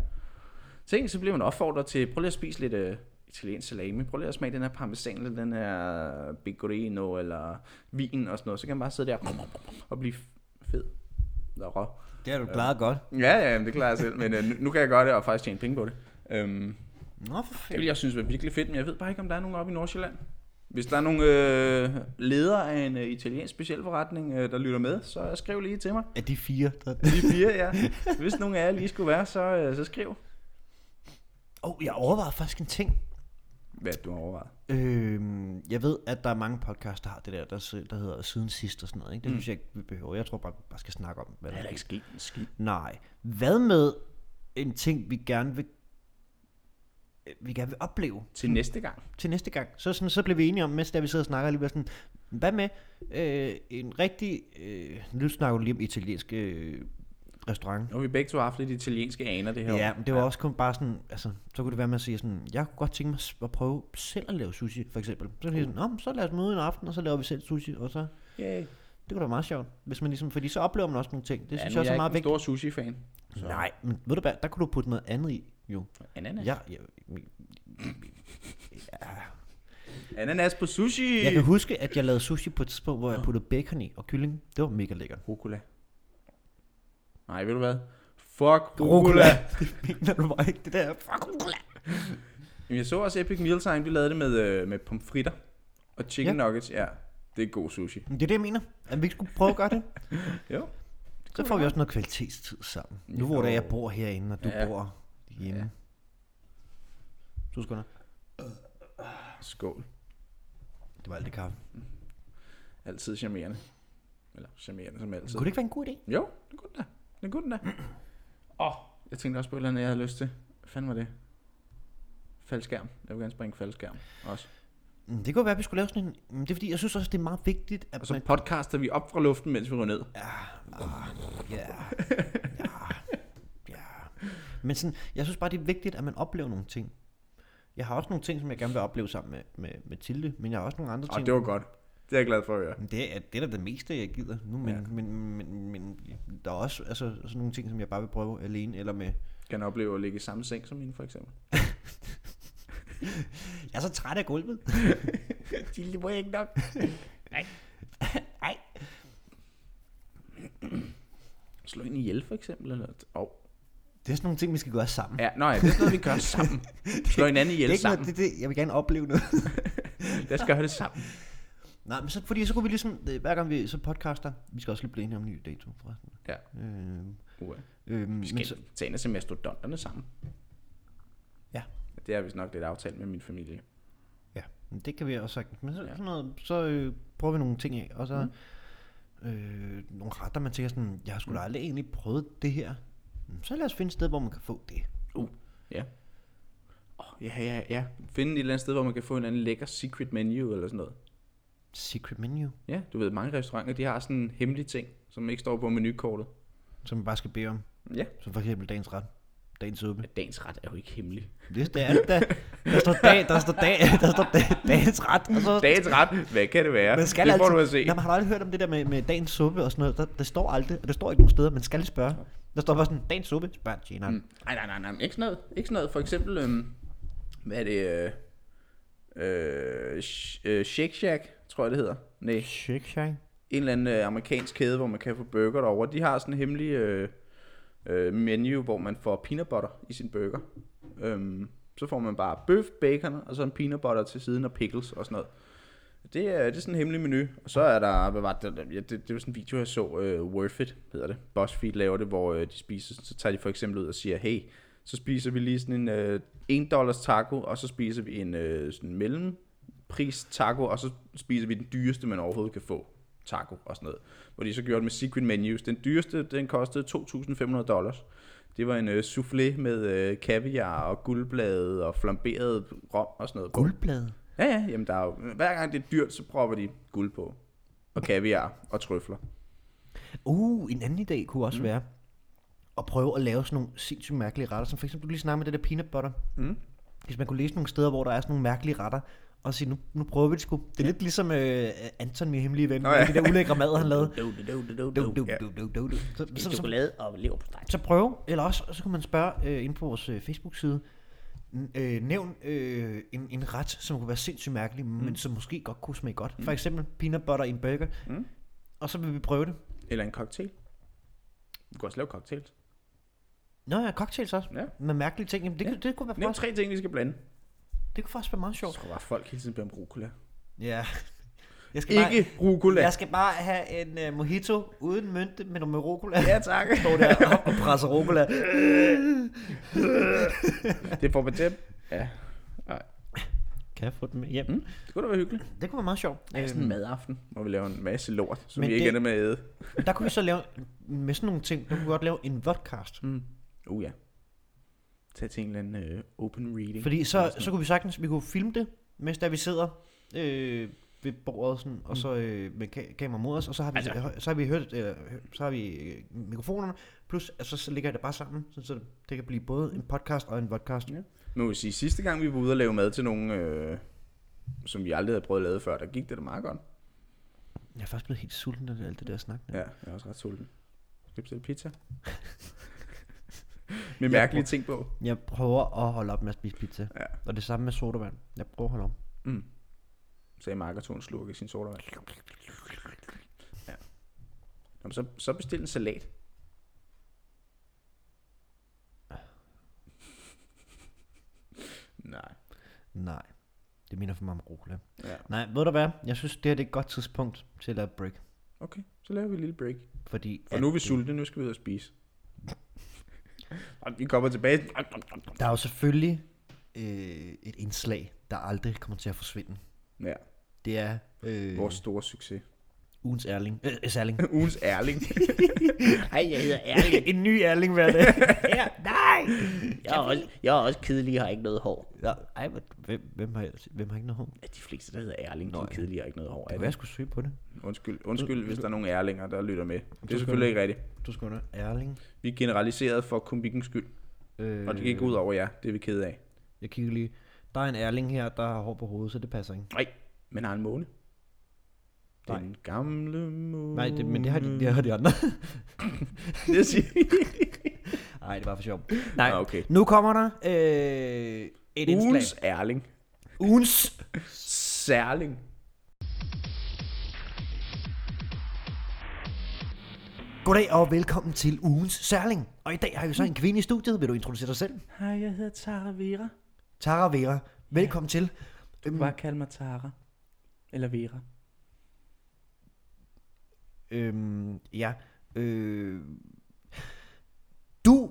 Tænk, så blev man opfordret til, prøv lige at spise lidt øh, italiensk salami, prøv lige at smage den her parmesan, eller den her pecorino, eller vin og sådan noget, så kan man bare sidde der og blive fed. Nå, rå.
Det har du klaret godt.
Ja, ja, jamen, det klarer jeg selv, men øh, nu- nu kan jeg gøre det og faktisk tjene penge på det. Øhm,
Nå, for
det
fedt.
vil jeg synes var virkelig fedt, men jeg ved bare ikke, om der er nogen oppe i Nordsjælland. Hvis der er nogen øh, ledere af en øh, italiensk specialforretning, øh, der lytter med, så skriv lige til mig.
Er de fire, der...
De fire, ja. Hvis nogen af jer lige skulle være, så, øh, så skriv.
Åh, oh, jeg overvejede faktisk en ting.
Hvad du har overvejet.
Øhm, jeg ved, at der er mange podcasts, der har det der, der, si- der hedder Siden Sidst og sådan noget. Ikke? Det synes jeg ikke, vi behøver. Jeg tror bare, vi bare skal snakke om, hvad der er.
sket en skid.
Nej. Hvad med en ting, vi gerne vil øh, vi gerne vil opleve
Til næste gang.
til næste gang. Så, sådan, så bliver vi enige om, mens der vi sidder og snakker, lige bliver sådan, hvad med øh, en rigtig, øh, nu snakker vi lige om italiensk øh, restaurant.
Nu har vi begge to haft lidt italienske aner det her.
Ja,
år.
men det var også kun bare sådan, altså, så kunne det være med at sige sådan, jeg kunne godt tænke mig s- at prøve selv at lave sushi, for eksempel. Så kan jeg sådan, Nå, men så lad os møde en aften, og så laver vi selv sushi, og så,
Yay.
det kunne da være meget sjovt, hvis man ligesom, fordi så oplever man også nogle ting, det
Ja,
synes
nu
jeg også
er
er
jeg
meget
ikke en
vigtigt.
stor sushi-fan.
Stor... Nej, men ved du hvad, der kunne du putte noget andet i, jo.
Ananas.
Ja, jeg,
Ananas på sushi.
jeg kan huske, at jeg lavede sushi på et tidspunkt, hvor jeg puttede bacon i og kylling. Det var mega lækkert.
Rucola. Nej, ved du hvad? Fuck rucola.
*laughs* det mener du bare ikke, det der. Fuck rucola.
Jamen, jeg så også Epic Mealtime, vi lavede det med, øh, med pomfritter og chicken ja. nuggets. Ja, det er god sushi.
Men det er det, jeg mener. At vi ikke skulle prøve at gøre det.
Jo.
Så får vi også noget kvalitetstid sammen. Nu hvor det er, jeg bor herinde, og du
Ja.
ja. bor hjemme. Ja. Du skal
Skål.
Det var alt det kaffe.
Altid charmerende. Eller charmerende som altid.
Kunne det ikke være en god idé?
Jo, det kunne den da. Det kunne den da. Åh, jeg tænkte også på et eller andet, jeg havde lyst til. Hvad fanden var det? Faldskærm. Jeg vil gerne springe faldskærm også.
Mm, Det kunne være, at vi skulle lave sådan en... Mm, Det er fordi, jeg synes også, det er meget vigtigt,
Og
at
så
man...
podcaster vi op fra luften, mens vi går ned.
Ja. Ja. Ja. Men sådan, jeg synes bare, det er vigtigt, at man oplever nogle ting. Jeg har også nogle ting, som jeg gerne vil opleve sammen med, med, med Tilde, men jeg har også nogle andre
Og
ting.
det var godt. Det er jeg glad for at høre.
Men Det er, det er da det meste, jeg gider nu, men, ja. men, men, men der er også altså, sådan nogle ting, som jeg bare vil prøve alene, eller med...
Kan jeg opleve at ligge i samme seng som hende, for eksempel.
Jeg er så træt af gulvet.
*laughs* Det må jeg ikke nok.
Nej.
Slå hende ihjel, for eksempel. Eller... Oh.
Det er sådan nogle ting, vi skal gøre sammen.
Ja, nå ja, det er sådan noget, vi gør sammen. Slå hinanden
det er
ihjel
ikke noget,
sammen.
det, det, jeg vil gerne opleve noget.
Lad os gøre det sammen.
*laughs* Nej, men så, fordi så kunne vi ligesom, øh, hver gang vi så podcaster, vi skal også lige blive enige om en ny dato, forresten.
Ja.
Øh,
Uh,
øh,
vi
men
skal
så,
tage en af semesterdonterne sammen.
Ja.
Det har vi nok lidt aftalt med min familie.
ja, men det kan vi også sagtens. Men så,
Ja.
ja. sådan noget, så øh, prøver vi nogle ting af, og så mm. øh, nogle retter, man tænker sådan, jeg har sgu da
Mm.
aldrig egentlig prøvet det her. Mm, Så lad os finde et sted, hvor man kan få det.
Uh, ja. Oh, ja, ja, ja. Finde et eller andet sted, hvor man kan få en anden lækker secret menu eller sådan noget.
Secret menu,
Ja, du ved, mange restauranter, de har sådan en hemmelig ting, som ikke står på menukortet.
som man bare skal bede om.
Ja.
Som for eksempel dagens ret. Dagens suppe.
Men dagens ret er jo ikke hemmelig.
Det, det er det, der, der står dag, der står dag, der står dag, dagens ret. Og så,
*laughs* Dagens ret, hvad kan det være?
man skal
det får
altid,
du at se.
Jamen, har du aldrig hørt om det der med, med dagens suppe og sådan noget? Der, det står aldrig, og det står ikke nogen steder, man skal spørge. Der står bare sådan, dagens suppe, spørg tjeneren. Mm.
Mm. Nej, nej, nej, nej, men ikke sådan noget. Ikke sådan noget. For eksempel, øhm, hvad er det? Øh, øh, Sh- øh, Shake Shack, tror jeg det hedder. Nej,
Shake Shack.
en eller anden øh, amerikansk kæde, hvor man kan få burger derovre. De har sådan en hemmelig øh, øh, menu, hvor man får peanut butter i sin burger. Øhm, så får man bare bøf, bacon og så en peanut butter til siden og pickles og sådan noget. Det er, det er sådan en hemmelig menu. Og så er der, hvad var det, ja, det, det var sådan en video, jeg så, uh, Worth It hedder det. BuzzFeed laver det, hvor uh, de spiser, så tager de for eksempel ud og siger, hey, så spiser vi lige sådan en uh, 1 dollars taco, og så spiser vi en uh, sådan mellempris taco, og så spiser vi den dyreste, man overhovedet kan få taco og sådan noget. Hvor de så gjorde det med secret menus. Den dyreste, den kostede 2.500 dollars. Det var en uh, soufflé med uh, kaviar og guldblade og flamberet rom og sådan noget. på.
Guldblade.
Ja, ja, jamen der er jo, hver gang det er dyrt, så propper de guld på. Og kaviar og trøfler.
Uh, en anden idé kunne også mm. være at prøve at lave sådan nogle sindssygt mærkelige retter, som for eksempel du lige snakker med det der peanut butter.
Mm.
Hvis man kunne læse nogle steder, hvor der er sådan nogle mærkelige retter, og sige, nu, nu prøver vi det sgu. Det er lidt ligesom øh, Anton, min hemmelige ven,
Nå
med
ja.
det der ulækre mad, han
*laughs*
lavede.
Du, du, du, du,
Du, du,
Ja.
du, du, du, du. Så, så, så,
Chokolade og lever på
så prøv, eller også så kan man spørge øh, inde på vores øh, Facebook-side, n- øh, nævn øh, en, en ret, som kunne være sindssygt mærkelig, mm. men som måske godt kunne smage godt. Mm. For eksempel peanut butter i en burger.
Mm.
Mm. Og så vil vi prøve det.
Eller en cocktail. Du kan også lave cocktails.
Nå ja, cocktails også.
Ja.
Med mærkelige ting. Jamen, det,
Ja.
ja. det, det, kunne være
Nævn
faktisk,
tre ting, vi skal blande.
det kunne faktisk være meget
Jeg
sjovt.
tror bare, folk hele tiden bliver om rucola.
Ja. Jeg skal,
Ikke
bare,
rucola.
jeg skal bare have en uh, mojito uden mynte, men med rucola.
Ja, tak.
*laughs* Står der og, og presser rucola.
det får man til. Ja. Ej,
Kan jeg få den med hjem?
Mm. Det kunne da være hyggeligt.
Det kunne være meget sjovt.
Det er sådan en madaften, hvor vi laver en masse lort, som
Men
vi ikke
det-
ender med at æde.
Øhm, Der kunne vi så lave, med sådan nogle ting, der kunne vi godt lave en vodcast.
Mm. Uh ja. Tag til en eller anden øh, open reading.
Fordi så, så kunne vi sagtens, vi kunne filme det, mens der vi sidder øh, ved bordet, sådan, og så øh, med ka- kamera mod os, og så har vi,
Altså.
altså. så har vi hørt, øh, så har vi øh, mikrofonerne, plus altså, så ligger jeg det bare sammen, sådan, så det kan blive både en podcast og en vodcast.
Ja. Men jeg vil sige, sidste gang vi var ude og lave mad til nogen, øh, som vi aldrig havde prøvet at lave før, der gik det da meget godt.
Jeg er faktisk blevet helt sulten af det- alt det der snak.
Ja, jeg er også ret sulten. Skal vi bestille *laughs* pizza? Med mærkelige ting på.
Jeg prøver at holde op med at spise pizza.
Ja.
Og det samme med sodavand. Jeg prøver at holde op.
Mm. Sagde Mark og tog en slurk i sin sodavand. Ja. Nå, men så, så bestil en salat. *laughs* Nej.
Nej, det minder for mig om rucola.
Ja.
Nej, ved du hvad? Jeg synes, det her det er et godt tidspunkt til at lave break.
Okay, så laver vi en lille break.
Fordi
Og
at
nu er vi
det-
sultne, nu skal vi ud og *laughs* spise. Og vi kommer tilbage.
Der er jo selvfølgelig øh, et indslag, der aldrig kommer til at forsvinde.
Ja,
Det er øh,
vores
Vores.
store succes. *laughs*
ugens ærling. Øh, øh, *laughs* særling.
Ugens ærling. *laughs*
Hej, jeg hedder Erling.
en ny ærling hver dag.
Ja, nej! Jeg er, også, jeg er også kedelig og har ikke noget hår.
ja, ej, hvor- *laughs* hvem, hvem, har, hvem har ikke noget hår?
Ja, de fleste, der hedder Erling, de
Nå,
er
ja.
kedelige og ikke noget hår.
Det
Er
var, jeg
det?
skulle søge på det.
Undskyld, undskyld, hvis der er nogle Erlinger, der lytter med. Det er
skal
selvfølgelig ikke rigtigt.
Du skal under ærling.
Vi er generaliseret for komikens skyld,
Øh,
og det gik ud over jer. Det er vi kede af.
Jeg kigger lige. Der er en ærling her, der har hår på hovedet, så det passer ikke.
Nej, men har en måne.
Nej.
Den gamle måne.
Nej, det, men det har de, det har de *laughs* andre.
det siger
Nej, det var for sjovt. Nej,
Nå, Ah, okay.
nu kommer der øh, et indslag.
Ugens Erling.
Ugens
Særling.
Goddag og velkommen til ugens særling. Og i dag har vi så en kvinde i studiet. Vil du introducere dig selv?
Hej, jeg hedder Tara Vera.
Tara Vera, velkommen til. Øhm,
Bare kald mig Tara. Eller Vera.
Øhm, ja. Øh, du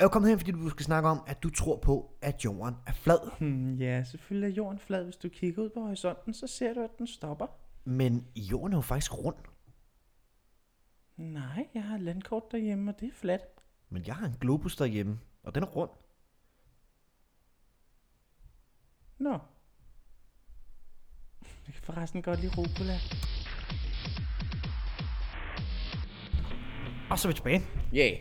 er jo kommet hen, fordi du skal snakke om, at du tror på, at jorden er flad.
Hmm, ja, selvfølgelig er jorden flad. Hvis du kigger ud på horisonten, så ser du, at den stopper.
Men jorden er jo faktisk rund.
Nej, jeg har et landkort derhjemme, og det er fladt.
Men jeg har en globus derhjemme, og den er rund.
Nå. Jeg kan forresten godt lide rucola.
Og så er vi tilbage.
Ja. Yeah.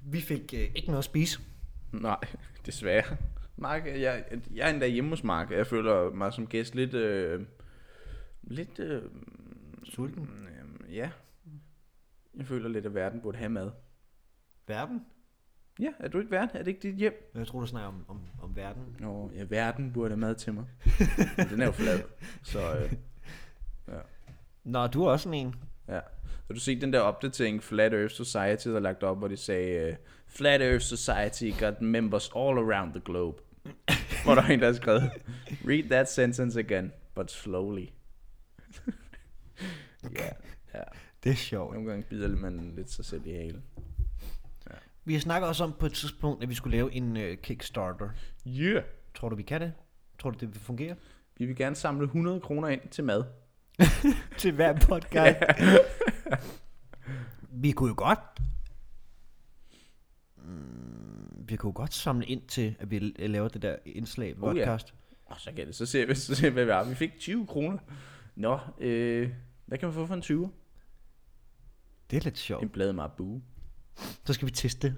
Vi fik øh, ikke noget at spise.
Nej, *laughs* desværre. Mark, jeg, jeg er endda hjemme hos Mark. Jeg føler mig som gæst lidt... Øh, lidt... Øh,
Sulten.
øh, ja. Jeg føler lidt, at verden burde have mad.
Verden?
Ja, er du ikke vært? Er det ikke dit hjem?
Jeg tror, du snakker om, om, om verden.
Nå, ja, verden burde have mad til mig. Men den er jo flad. Så øh,
Nå, du er også sådan en.
ja. Har du set den der opdatering, Flat Earth Society, der er lagt op, hvor de sagde, øh, Flat Earth Society got members all around the globe. hvor der er en, der har skrevet, read that sentence again, but slowly. ja, ja.
Det er sjovt.
Nogle gange bider man lidt sig selv i halen.
Vi snakker også om på et tidspunkt, at vi skulle lave en øh, Kickstarter.
Yeah.
Tror du, vi kan det? Tror du, det vil fungere?
Vi vil gerne samle 100 kroner ind til mad.
*laughs* Til hver podcast. vi kunne jo godt... Mm, vi kunne jo godt samle ind til, at vi l- laver det der indslag
ja.
podcast. Oh,
Og så kan det, så ser vi, så ser vi, hvad vi har. Vi fik 20 kroner. Nå, øh, hvad kan man få for en 20'er?
Det er lidt sjovt.
En blad marabu.
Så skal vi teste det.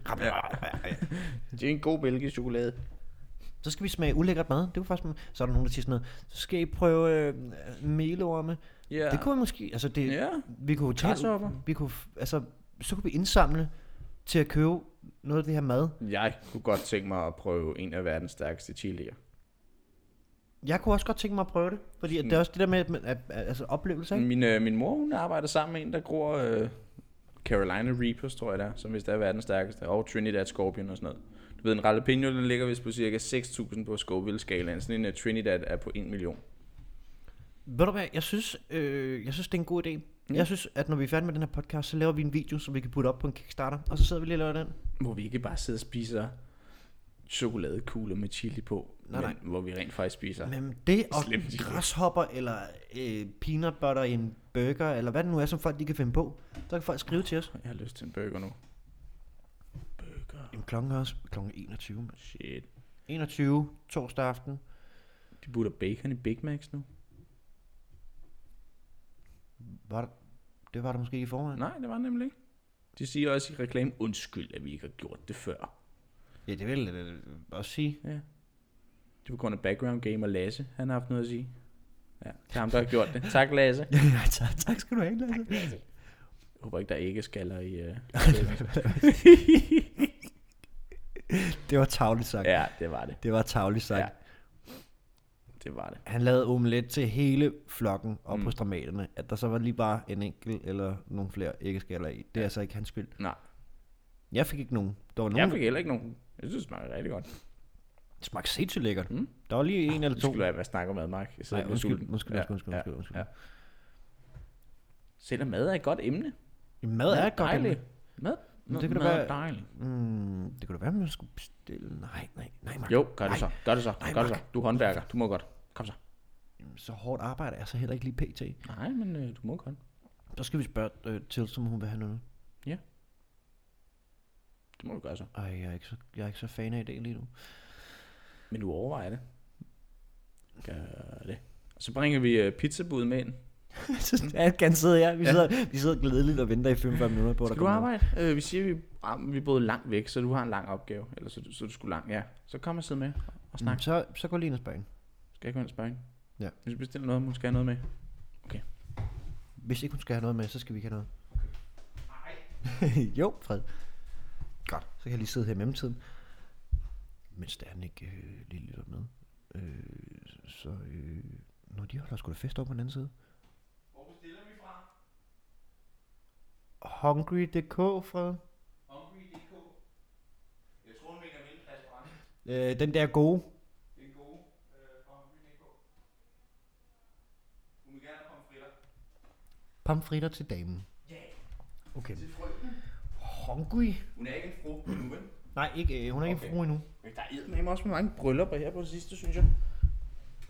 Det er en god bælgechokolade.
Så skal vi smage ulækkert mad. Det var faktisk... Så er der nogen, der siger sådan noget. Så skal I prøve øh, melorme.
Ja.
Det kunne vi måske... Altså det,
Ja.
Vi kunne tage,
Græshopper.
vi kunne, f- altså, så kunne vi indsamle til at købe noget af det her mad.
Jeg kunne godt tænke mig at prøve en af verdens stærkeste chilier.
Jeg kunne også godt tænke mig at prøve det, fordi at det er også det der med, med at, at, altså oplevelse, ikke?
Min, øh, min mor, hun arbejder sammen med en, der gror øh, Carolina Reapers, tror jeg der, som vist er verdens stærkeste, og Trinidad Scorpion og sådan noget. Du ved, en jalapeno, den ligger vist på cirka 6.000 på Scoville-skalaen. Sådan en øh, Trinidad er på 1 million.
Ved du hvad, jeg synes, øh, jeg synes det er en god idé. Jeg synes, at når vi er færdige med den her podcast, så laver vi en video, som vi kan putte op på en Kickstarter, og så sidder vi lige og laver den.
Hvor vi ikke bare sidder og spiser chokoladekugler med chili på,
Nej,
men hvor vi rent faktisk spiser.
Men det og
Slemt idé.
græshopper, eller øh, peanut butter i en burger, eller hvad det nu er, som folk de kan finde på, så kan folk skrive til os.
Jeg har lyst til en burger nu. Burger.
Jamen, klokken er også klokken 21, mand.
Shit.
21, torsdag aften.
De putter bacon i Big Macs nu.
Var der, det var der måske i forvejen.
Nej, det var det nemlig ikke. De siger også i reklame, undskyld, at vi ikke har gjort det før.
Ja, det vil jeg øh, også sige.
Ja. Det var grund af background gamer Lasse, han har haft noget at sige. Ja, det er ham, der har gjort det. *laughs* Tak, Lasse. Jeg
*laughs* ja, tak, tak skal du have, Lasse.
håber ikke, der ikke skaller i... Uh...
*laughs* Det var tavligt sagt.
ja, det var det.
Det var tavligt sagt.
Ja. Det var det.
Han lavede omelet til hele flokken op mm. hos dramaterne. At der så var lige bare en enkelt eller nogle flere æggeskaller i. Det er altså ikke hans skyld.
Nej,
Jeg fik ikke nogen. Der var
jeg
nogen,
fik heller ikke nogen. Jeg synes, det smagte rigtig godt.
det smagte sindssygt lækkert. Mm. Der var lige en eller
Ah, Det
to.
skulle jeg være snakke om mad, Mark. Jeg sidder
Nej,
med
undskyld,
sulten.
undskyld,
Ja,
undskyld, undskyld,
ja,
undskyld, undskyld.
Ja. Selvom mad er et godt emne.
Mad er et godt
Dejligt.
emne.
Mad?
det kan da
mad er
være-
dejligt.
Mm, det kunne da være, man skulle bestille. Nej, nej, nej, Mark.
Jo, gør det så. Gør det så.
Nej,
Gør det så.
Mark.
Du er håndværker. Du må godt. Kom så.
Så hårdt arbejde er så heller ikke lige pt.
Nej, men øh, du må godt.
Så skal vi spørge øh, til, som hun vil have noget.
Ja. Det må du gøre så.
Ej, jeg er ikke så, jeg er ikke så fan af idéen lige nu.
Men du overvejer det. Gør det. Så bringer vi øh, pizzabud med ind. Mm.
jeg kan sidde her. Vi sidder, ja. vi sidder glædeligt og venter i 45 minutter på, at der
Skal du
kommer
arbejde? Øh, vi siger, vi, ah, vi er både langt væk, så du har en lang opgave. Eller så, du- så du skulle langt, ja. Så kom og sid med og
nogen.
snak.
Mm, Så, så går lige ind og spørg hende.
Skal jeg gå ind og spørge hende?
Ja.
Hvis vi bestiller noget, om hun skal have noget med.
Hvis ikke hun skal have noget med, så skal vi ikke have noget. *laughs* jo, Fred. Godt, så kan jeg lige sidde her i mellemtiden. Mens der ikke øh, lige lytter med. Øh, så, øh, når de holder sgu da fest over på den anden side. Hvor bestiller vi fra? Hungry.dk, Fred?
Hungry.dk. Jeg tror, hun mener Vildplads Brand.
Øh, den der gode.
Det er gode øh, fra Hungry.dk. Hun vil gerne have pomfritter.
Pomfritter til damen.
Ja,
Okay.
til frygten.
Hungry?
Hun er ikke en fru nu, vel?
Nej, ikke, øh, hun er ikke
Okay.
okay. fru endnu.
Men der er med også mange bryllupper her på det sidste, synes jeg.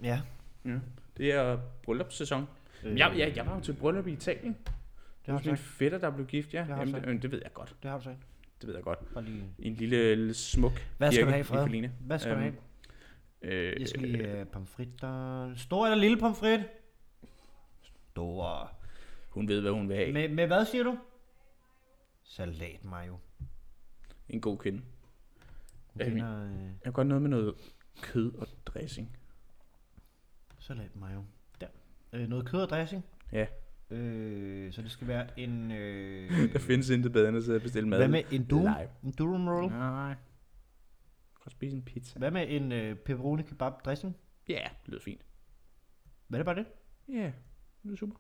Ja.
Ja. Det er bryllupssæson. Øh, jeg, jeg, jeg var jo til bryllup i Italien. Det
har
var
du
min fætter, der blev gift, ja.
har
Jamen,
du
det, øh, det ved jeg godt.
Det har du sagt.
Det ved jeg godt.
Bare lige...
I en lille, lille smuk
Hvad skal
kirke
du have,
i
Fred?
Colina.
Hvad skal øhm, du
Øhm,
have?
Øh,
Jeg skal lige øh, pomfritter. Stor eller lille pomfrit? Stor.
Hun ved, hvad hun vil have.
Med, med hvad siger du? Salat mayo.
En god kvinde.
Hun
Øhm,
kender, øh,
Jeg har godt noget med noget kød og dressing.
salat mayo. Der. Øh, noget kød og dressing.
Ja.
Øh, så det skal være en... Øh,
Der findes intet bedre end at sidde og bestille mad.
hvad med en durum?
live.
En durum roll?
Nej. Kan spise en pizza.
Hvad med en øh, pepperoni kebab dressing?
Ja, yeah, det lyder fint.
Hvad er det bare det?
Ja, yeah, det er super.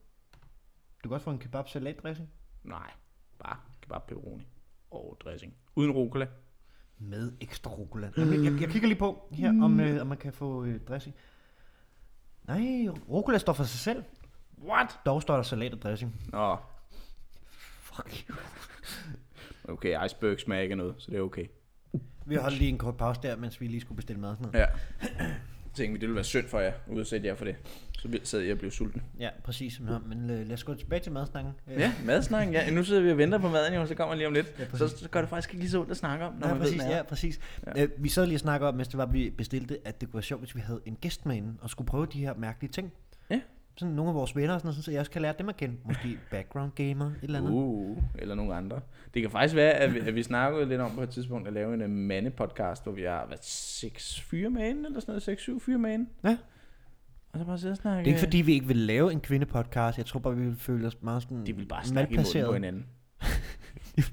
Du kan også få en kebab salat dressing.
Nej, bare kebab pepperoni og dressing. Uden rucola.
Med ekstra rucola. Jamen, jeg, jeg kigger lige på her, om, øh, om man kan få øh, dressing. Nej, rucola står for sig selv.
What?
Dog står der salat og dressing.
Nå,
Fuck you.
okay, iceberg smager ikke af noget, så det er okay.
Vi holder lige en kort pause der, mens vi lige skulle bestille mad. og Sådan noget.
Ja. Jeg tænkte, vi, det ville være synd for jer, udsætte jer for det. Så sad jeg og blev sulten.
Ja, præcis. Nå, men øh, lad os gå tilbage til madsnakken. Øh,
Ja, madsnakken, ja. Nu sidder vi og venter på maden, jo, så kommer den lige om lidt.
Ja,
så,
præcis.
så gør det faktisk ikke lige så ondt at snakke om, når
Ja,
man
præcis,
ved, hvad
ja, præcis. Ja. Øh, vi sad lige og snakkede om, mens det var, vi bestilte, at det kunne være sjovt, hvis vi havde en gæst med inden, og skulle prøve de her mærkelige ting.
Ja.
Sådan nogle af vores venner, og sådan, noget, sådan, så jeg også kan lære dem at kende. Måske background gamer, et eller andet. Uh.
Uh, eller nogle andre. Det kan faktisk være, at vi, at vi snakkede lidt om på et tidspunkt at lave en øh, mandepodcast, hvor vi har været 6-4 med inden, eller sådan noget, 6-7 fyre med inden.
Ja.
Og så bare sidde og snakke. øh,
Det er ikke fordi, vi ikke vil lave en kvindepodcast. Jeg tror bare, vi vil føle os meget sådan
De vil bare snakke i munden
malplaceret.
på hinanden. jeg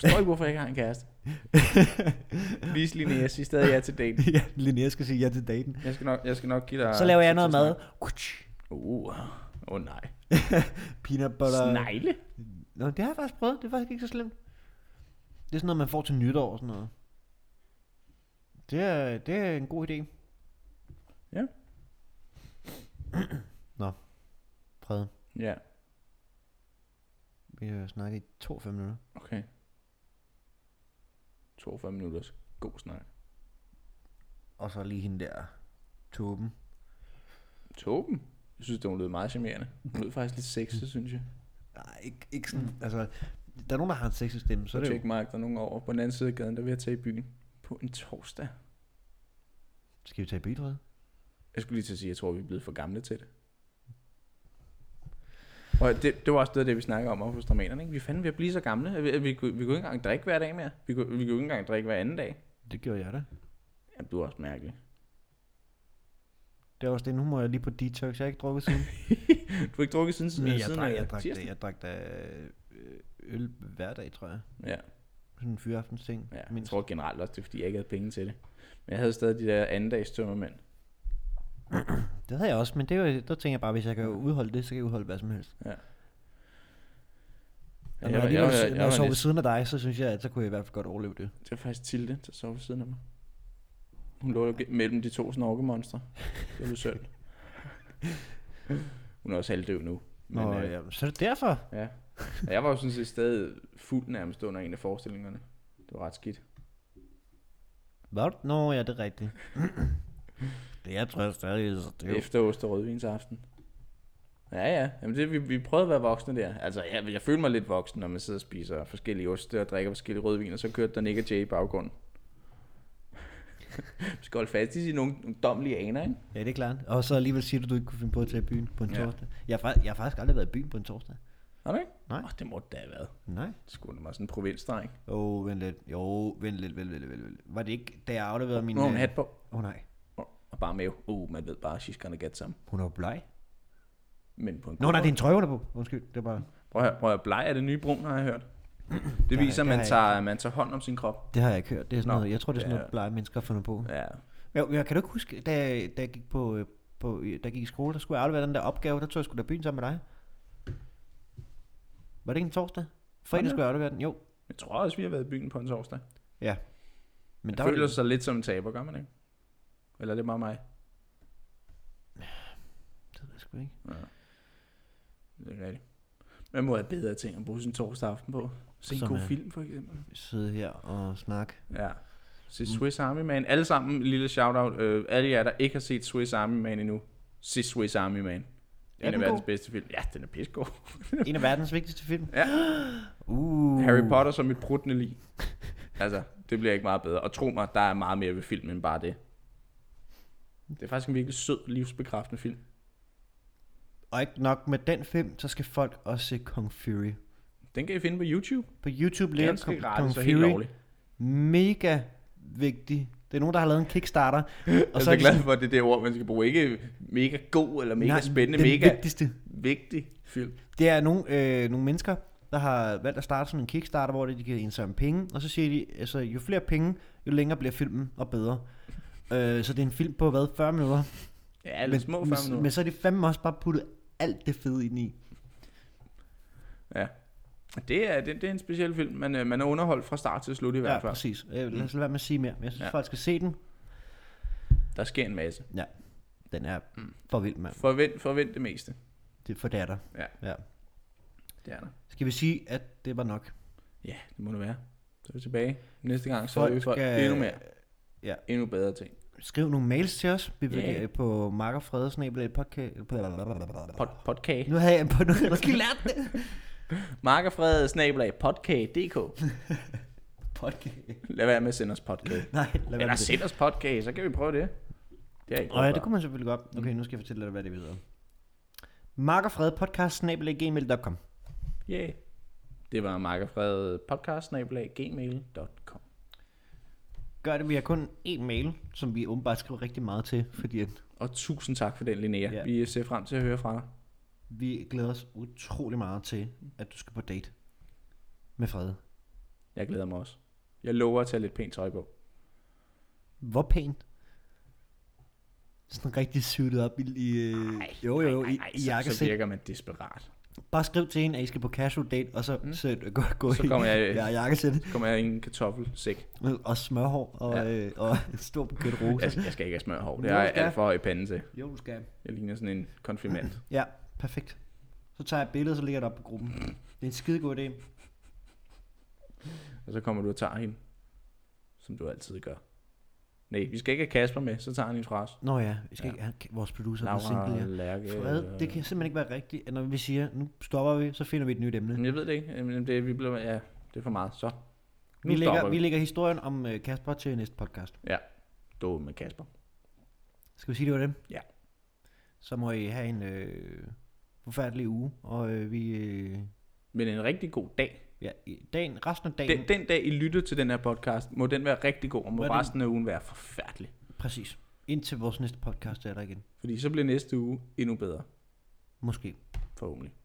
forstår ikke, hvorfor jeg ikke har en kæreste. Vis Linnea, jeg siger stadig ja til daten.
*laughs* ja, Linnea skal sige ja til daten.
Jeg skal nok, jeg skal nok give dig...
Så laver jeg
tid
noget
til at
mad.
snakke. Uh, åh oh, nej.
Peanut butter.
Snegle?
Nå, det har jeg faktisk prøvet. Det er faktisk ikke så slemt. Det er sådan noget, man får til nytår og sådan noget. Det er, det er en god idé.
Ja.
*clears throat* Nå. Fred.
Ja,
Vi har snakket i 42 minutter.
okay. 42 minutters god snak.
Og så lige hende der. Tuben.
Tåben? Jeg synes, det hun lød meget charmerende. Hun lød faktisk lidt sexet, synes jeg.
Nej, ikke, ikke sådan. Altså, der er nogen, der har en sexet stemme, så
Så
er det
tjek
jo.
Mark, der er nogen over på den anden side af gaden, der vil jeg tage i byen på en torsdag.
Skal vi tage bilrede?
Jeg skulle lige til at sige, at jeg tror, vi er blevet for gamle til det. Og det, det var også noget af det, vi snakker om oppe hos dramaterne, ikke? Vi er fandme ved at blive så gamle, at vi, at vi, kunne, vi kunne ikke engang drikke hver dag mere. Vi kunne, vi kunne ikke engang drikke hver anden dag.
Det gjorde jeg da.
Jamen, du er også mærkelig.
Det er også det. Nu må jeg lige på detox. Jeg har ikke drukket
*laughs*
siden.
Du har ikke drukket siden,
Men jeg,
siden
drak,
øh,
jeg, drak,
tirsdag?
jeg drak da øh, øl hver dag, tror jeg.
Ja,
Sådan en fyraftens ting.
ja. jeg tror generelt også, det er, fordi jeg ikke havde penge til det. Men jeg havde stadig de der andendags tømmermænd.
Det havde jeg også, men det var, der tænker jeg bare, hvis jeg kan udholde det, så kan jeg udholde hvad som helst.
Ja.
Og
Ja,
når
jeg-
jeg, lige,
jeg- jeg-
når
jeg var
jeg sover ved
næsten-
siden af dig, så synes jeg, at så kunne jeg i hvert fald godt overleve det.
Det var faktisk Tilde, der sov ved siden af mig. Hun lå der mellem de to snorkemonstre. Det var
*laughs*
sødt. Hun er også halvdøv nu.
Men, Nå,
øh,
øh, ja. Så er det derfor.
ja. Og jeg var jo sådan set stadig fuld nærmest under en af forestillingerne. Det var ret skidt.
Hvad? Nå, ja, det er rigtigt. *clears throat* det jeg tror jeg stadig, så det er jo.
Efter ost og rødvinsaften. Ja, ja. Jamen det, vi, vi prøvede at være voksne der. Altså, jeg, jeg følte mig lidt voksen, når man sidder og spiser forskellige oste og drikker forskellige rødvin, og så kørte der Nick og Jay i baggrunden. *laughs* vi skal holde fast i sine nogle domlige aner, ikke?
Ja, det er klart. Og så alligevel siger du, du ikke kunne finde på at tage i byen på en
Ja.
torsdag. Jeg har, fa- jeg har faktisk aldrig været i byen på en torsdag.
Har du ikke?
Nej.
Åh, det må det da have været.
Nej.
Skulle mig sådan en provinsdreng.
Åh, oh, vent lidt. Jo, vent lidt, vent lidt, vent lidt. Var det ikke, da jeg afleverede min...
Nu har hun
øh,
hat på.
Åh oh, nej.
Og bare mave. Uh, man ved bare, she's gonna get some.
Hun er jo bleg.
Men på en
Nå, nej, det er en trøje, hun er på. Undskyld, det er bare...
Prøv at høre, prøv at høre. Bleg er det nye brun, har jeg hørt. Det viser, at
det har
man
jeg
tager, man tager hånd om sin krop.
Det har jeg ikke hørt. Det er sådan
Nå,
noget, jeg tror, det er sådan
ja.
noget, blege mennesker har fundet på.
Ja.
Men, men kan du ikke huske, da, da jeg gik på, øh, på, øh, da jeg gik i skole, der skulle jeg aflevere den der opgave, der tog jeg skulle da byen sammen med dig. Var det ikke en torsdag? Fredag skulle jeg den. Jo.
Jeg tror også, vi har været i byen på en torsdag.
Ja. Men
Man
der var
føler
det...
sig lidt som en taber, gør man ikke? Eller er det bare mig?
Det ved jeg sgu ikke.
Ja. Det er ikke rigtigt. Man må have bedre ting at bruge sin torsdag aften på. Se en
Som
god
er- Mm.
film, for eksempel.
Sidde her og snakke.
Ja. Se Swiss Army Man. Alle sammen, lille shout-out. Øh, alle jer, der ikke har set Swiss Army Man endnu. Se Swiss Army Man.
Er
En af
den
verdens
god?
bedste film. Ja, den er pissegod.
En af verdens vigtigste film.
Ja.
Uh.
Harry Potter som et pruttende lig. Altså, det bliver ikke meget bedre. Og tro mig, der er meget mere ved filmen end bare det. Det er faktisk en virkelig sød, livsbekræftende film.
Og ikke nok med den film, så skal folk også se Kong Fury.
Den kan I finde på YouTube.
På YouTube ligger
Ganske
Kong,
gratis
Kong
og helt
Fury.
lovlig.
Mega vigtig. Det er nogen, der har lavet en
*laughs*
Kickstarter.
Og så er Altså, jeg glad for, at det er det ord, man skal bruge. Ikke mega god eller mega Nej, spændende,
den
mega vigtig,
vigtigste.
vigtig film.
Det er nogle, øh, nogle mennesker, der har valgt at starte sådan en Kickstarter, hvor de kan indsamle penge, og så siger de, altså jo flere penge, jo længere bliver filmen og bedre. Øh, så det er en film på hvad, 40 minutter?
Ja, eller små 40
Men, men
minutter.
så er de fandme også bare puttet alt det fede ind i.
Ja. Det er, det, det er en speciel film, men øh, man er underholdt fra start til slut i hvert
Ja,
fald. Mm.
præcis. Øh, lad os lade være med at sige mere, men jeg synes,
Ja.
ja. folk skal se den.
Der sker en masse.
Ja, den er
Mm.
for vild, mand.
Forvent, forvent det meste.
Det er for datter.
Ja.
ja.
Det er der.
Skal vi sige, at det var nok?
Ja, det må det være. Så er vi tilbage. Næste gang, så
Folk
er vi for
skal-
endnu mere.
Ja.
Endnu bedre ting.
Skriv nogle mails til os. Vi vil
Ja.
yeah. på markerfrede.podcast.
Pod, podcast.
Nu havde jeg på noget. Måske lært det.
Markerfred, snabelag, podcast.dk.
Podcast.
Lad være med at sende os podcast.
Nej, lad være med
Eller
det.
send os podcast, så kan vi prøve det. Det Mm. er ikke
Nå ja, det kunne man selvfølgelig godt. Okay, nu skal jeg fortælle dig, hvad det hedder. Mark og Fred podcast snabelaggmail.com
Yeah. Det var Markerfred podcast, snabelag, gmail.com.
Gør det, vi har kun én mail, som vi åbenbart skriver rigtig meget til, fordi at
Og tusind tak for den, Linnea.
Ja.
Yeah. Vi ser frem til at høre fra dig.
vi glæder os utrolig meget til, at du skal på date med Fred.
Jeg glæder mig også. Jeg lover at tage lidt pænt tøj på.
Hvor pænt. Sådan rigtig suited op i... i øh, jo, jo, jo, i, i
så, så
jakkesæt.
virker man desperat.
Bare skriv til hende, at I skal på casual date, og så, mm. så gå, gå
Så kommer jeg, øh,
i *laughs* ja, jakkesæt
Så kommer jeg i en kartoffelsæk.
med- og smørhår og, ja. øh, og *laughs* en stor buket roser.
Jeg, Altså, jeg skal ikke have smørhår. Det
Jo,
har
du
jeg
skal.
alt for høj pande til.
Jo, du skal.
Jeg ligner sådan en konfirmand.
Ja, perfekt. Så tager jeg billedet, så ligger det op på gruppen. Det er en skide god idé.
Og så kommer du og tager hende. Som du altid gør. Nej, vi skal ikke have Kasper med, så tager han hende fra os.
Nå ja, vi skal
Ja.
ja. ikke have vores producer på
Laura
single her.
Lærke. øh,
Fred, det kan simpelthen ikke være rigtigt, at når vi siger, nu stopper vi, så finder vi et nyt emne.
Men jeg ved det ikke. Jamen, det, vi bliver, ja, det er for meget. Så. Nu
Vi
stopper
lægger,
vi.
vi lægger historien om øh, Kasper til næste podcast.
Ja. Du med Kasper.
Skal vi sige, det var det?
Ja.
Så må I have en øh, forfærdelig uge, og øh, vi... Øh,
Men en rigtig god dag.
ja, i dagen, resten af dagen...
Den, den dag, I lytter til den her podcast, må den være rigtig god, og må
Må den-
resten af ugen være forfærdelig.
Præcis. Indtil vores næste podcast er der igen.
Fordi så bliver næste uge endnu bedre,
Måske.
forhåbentlig.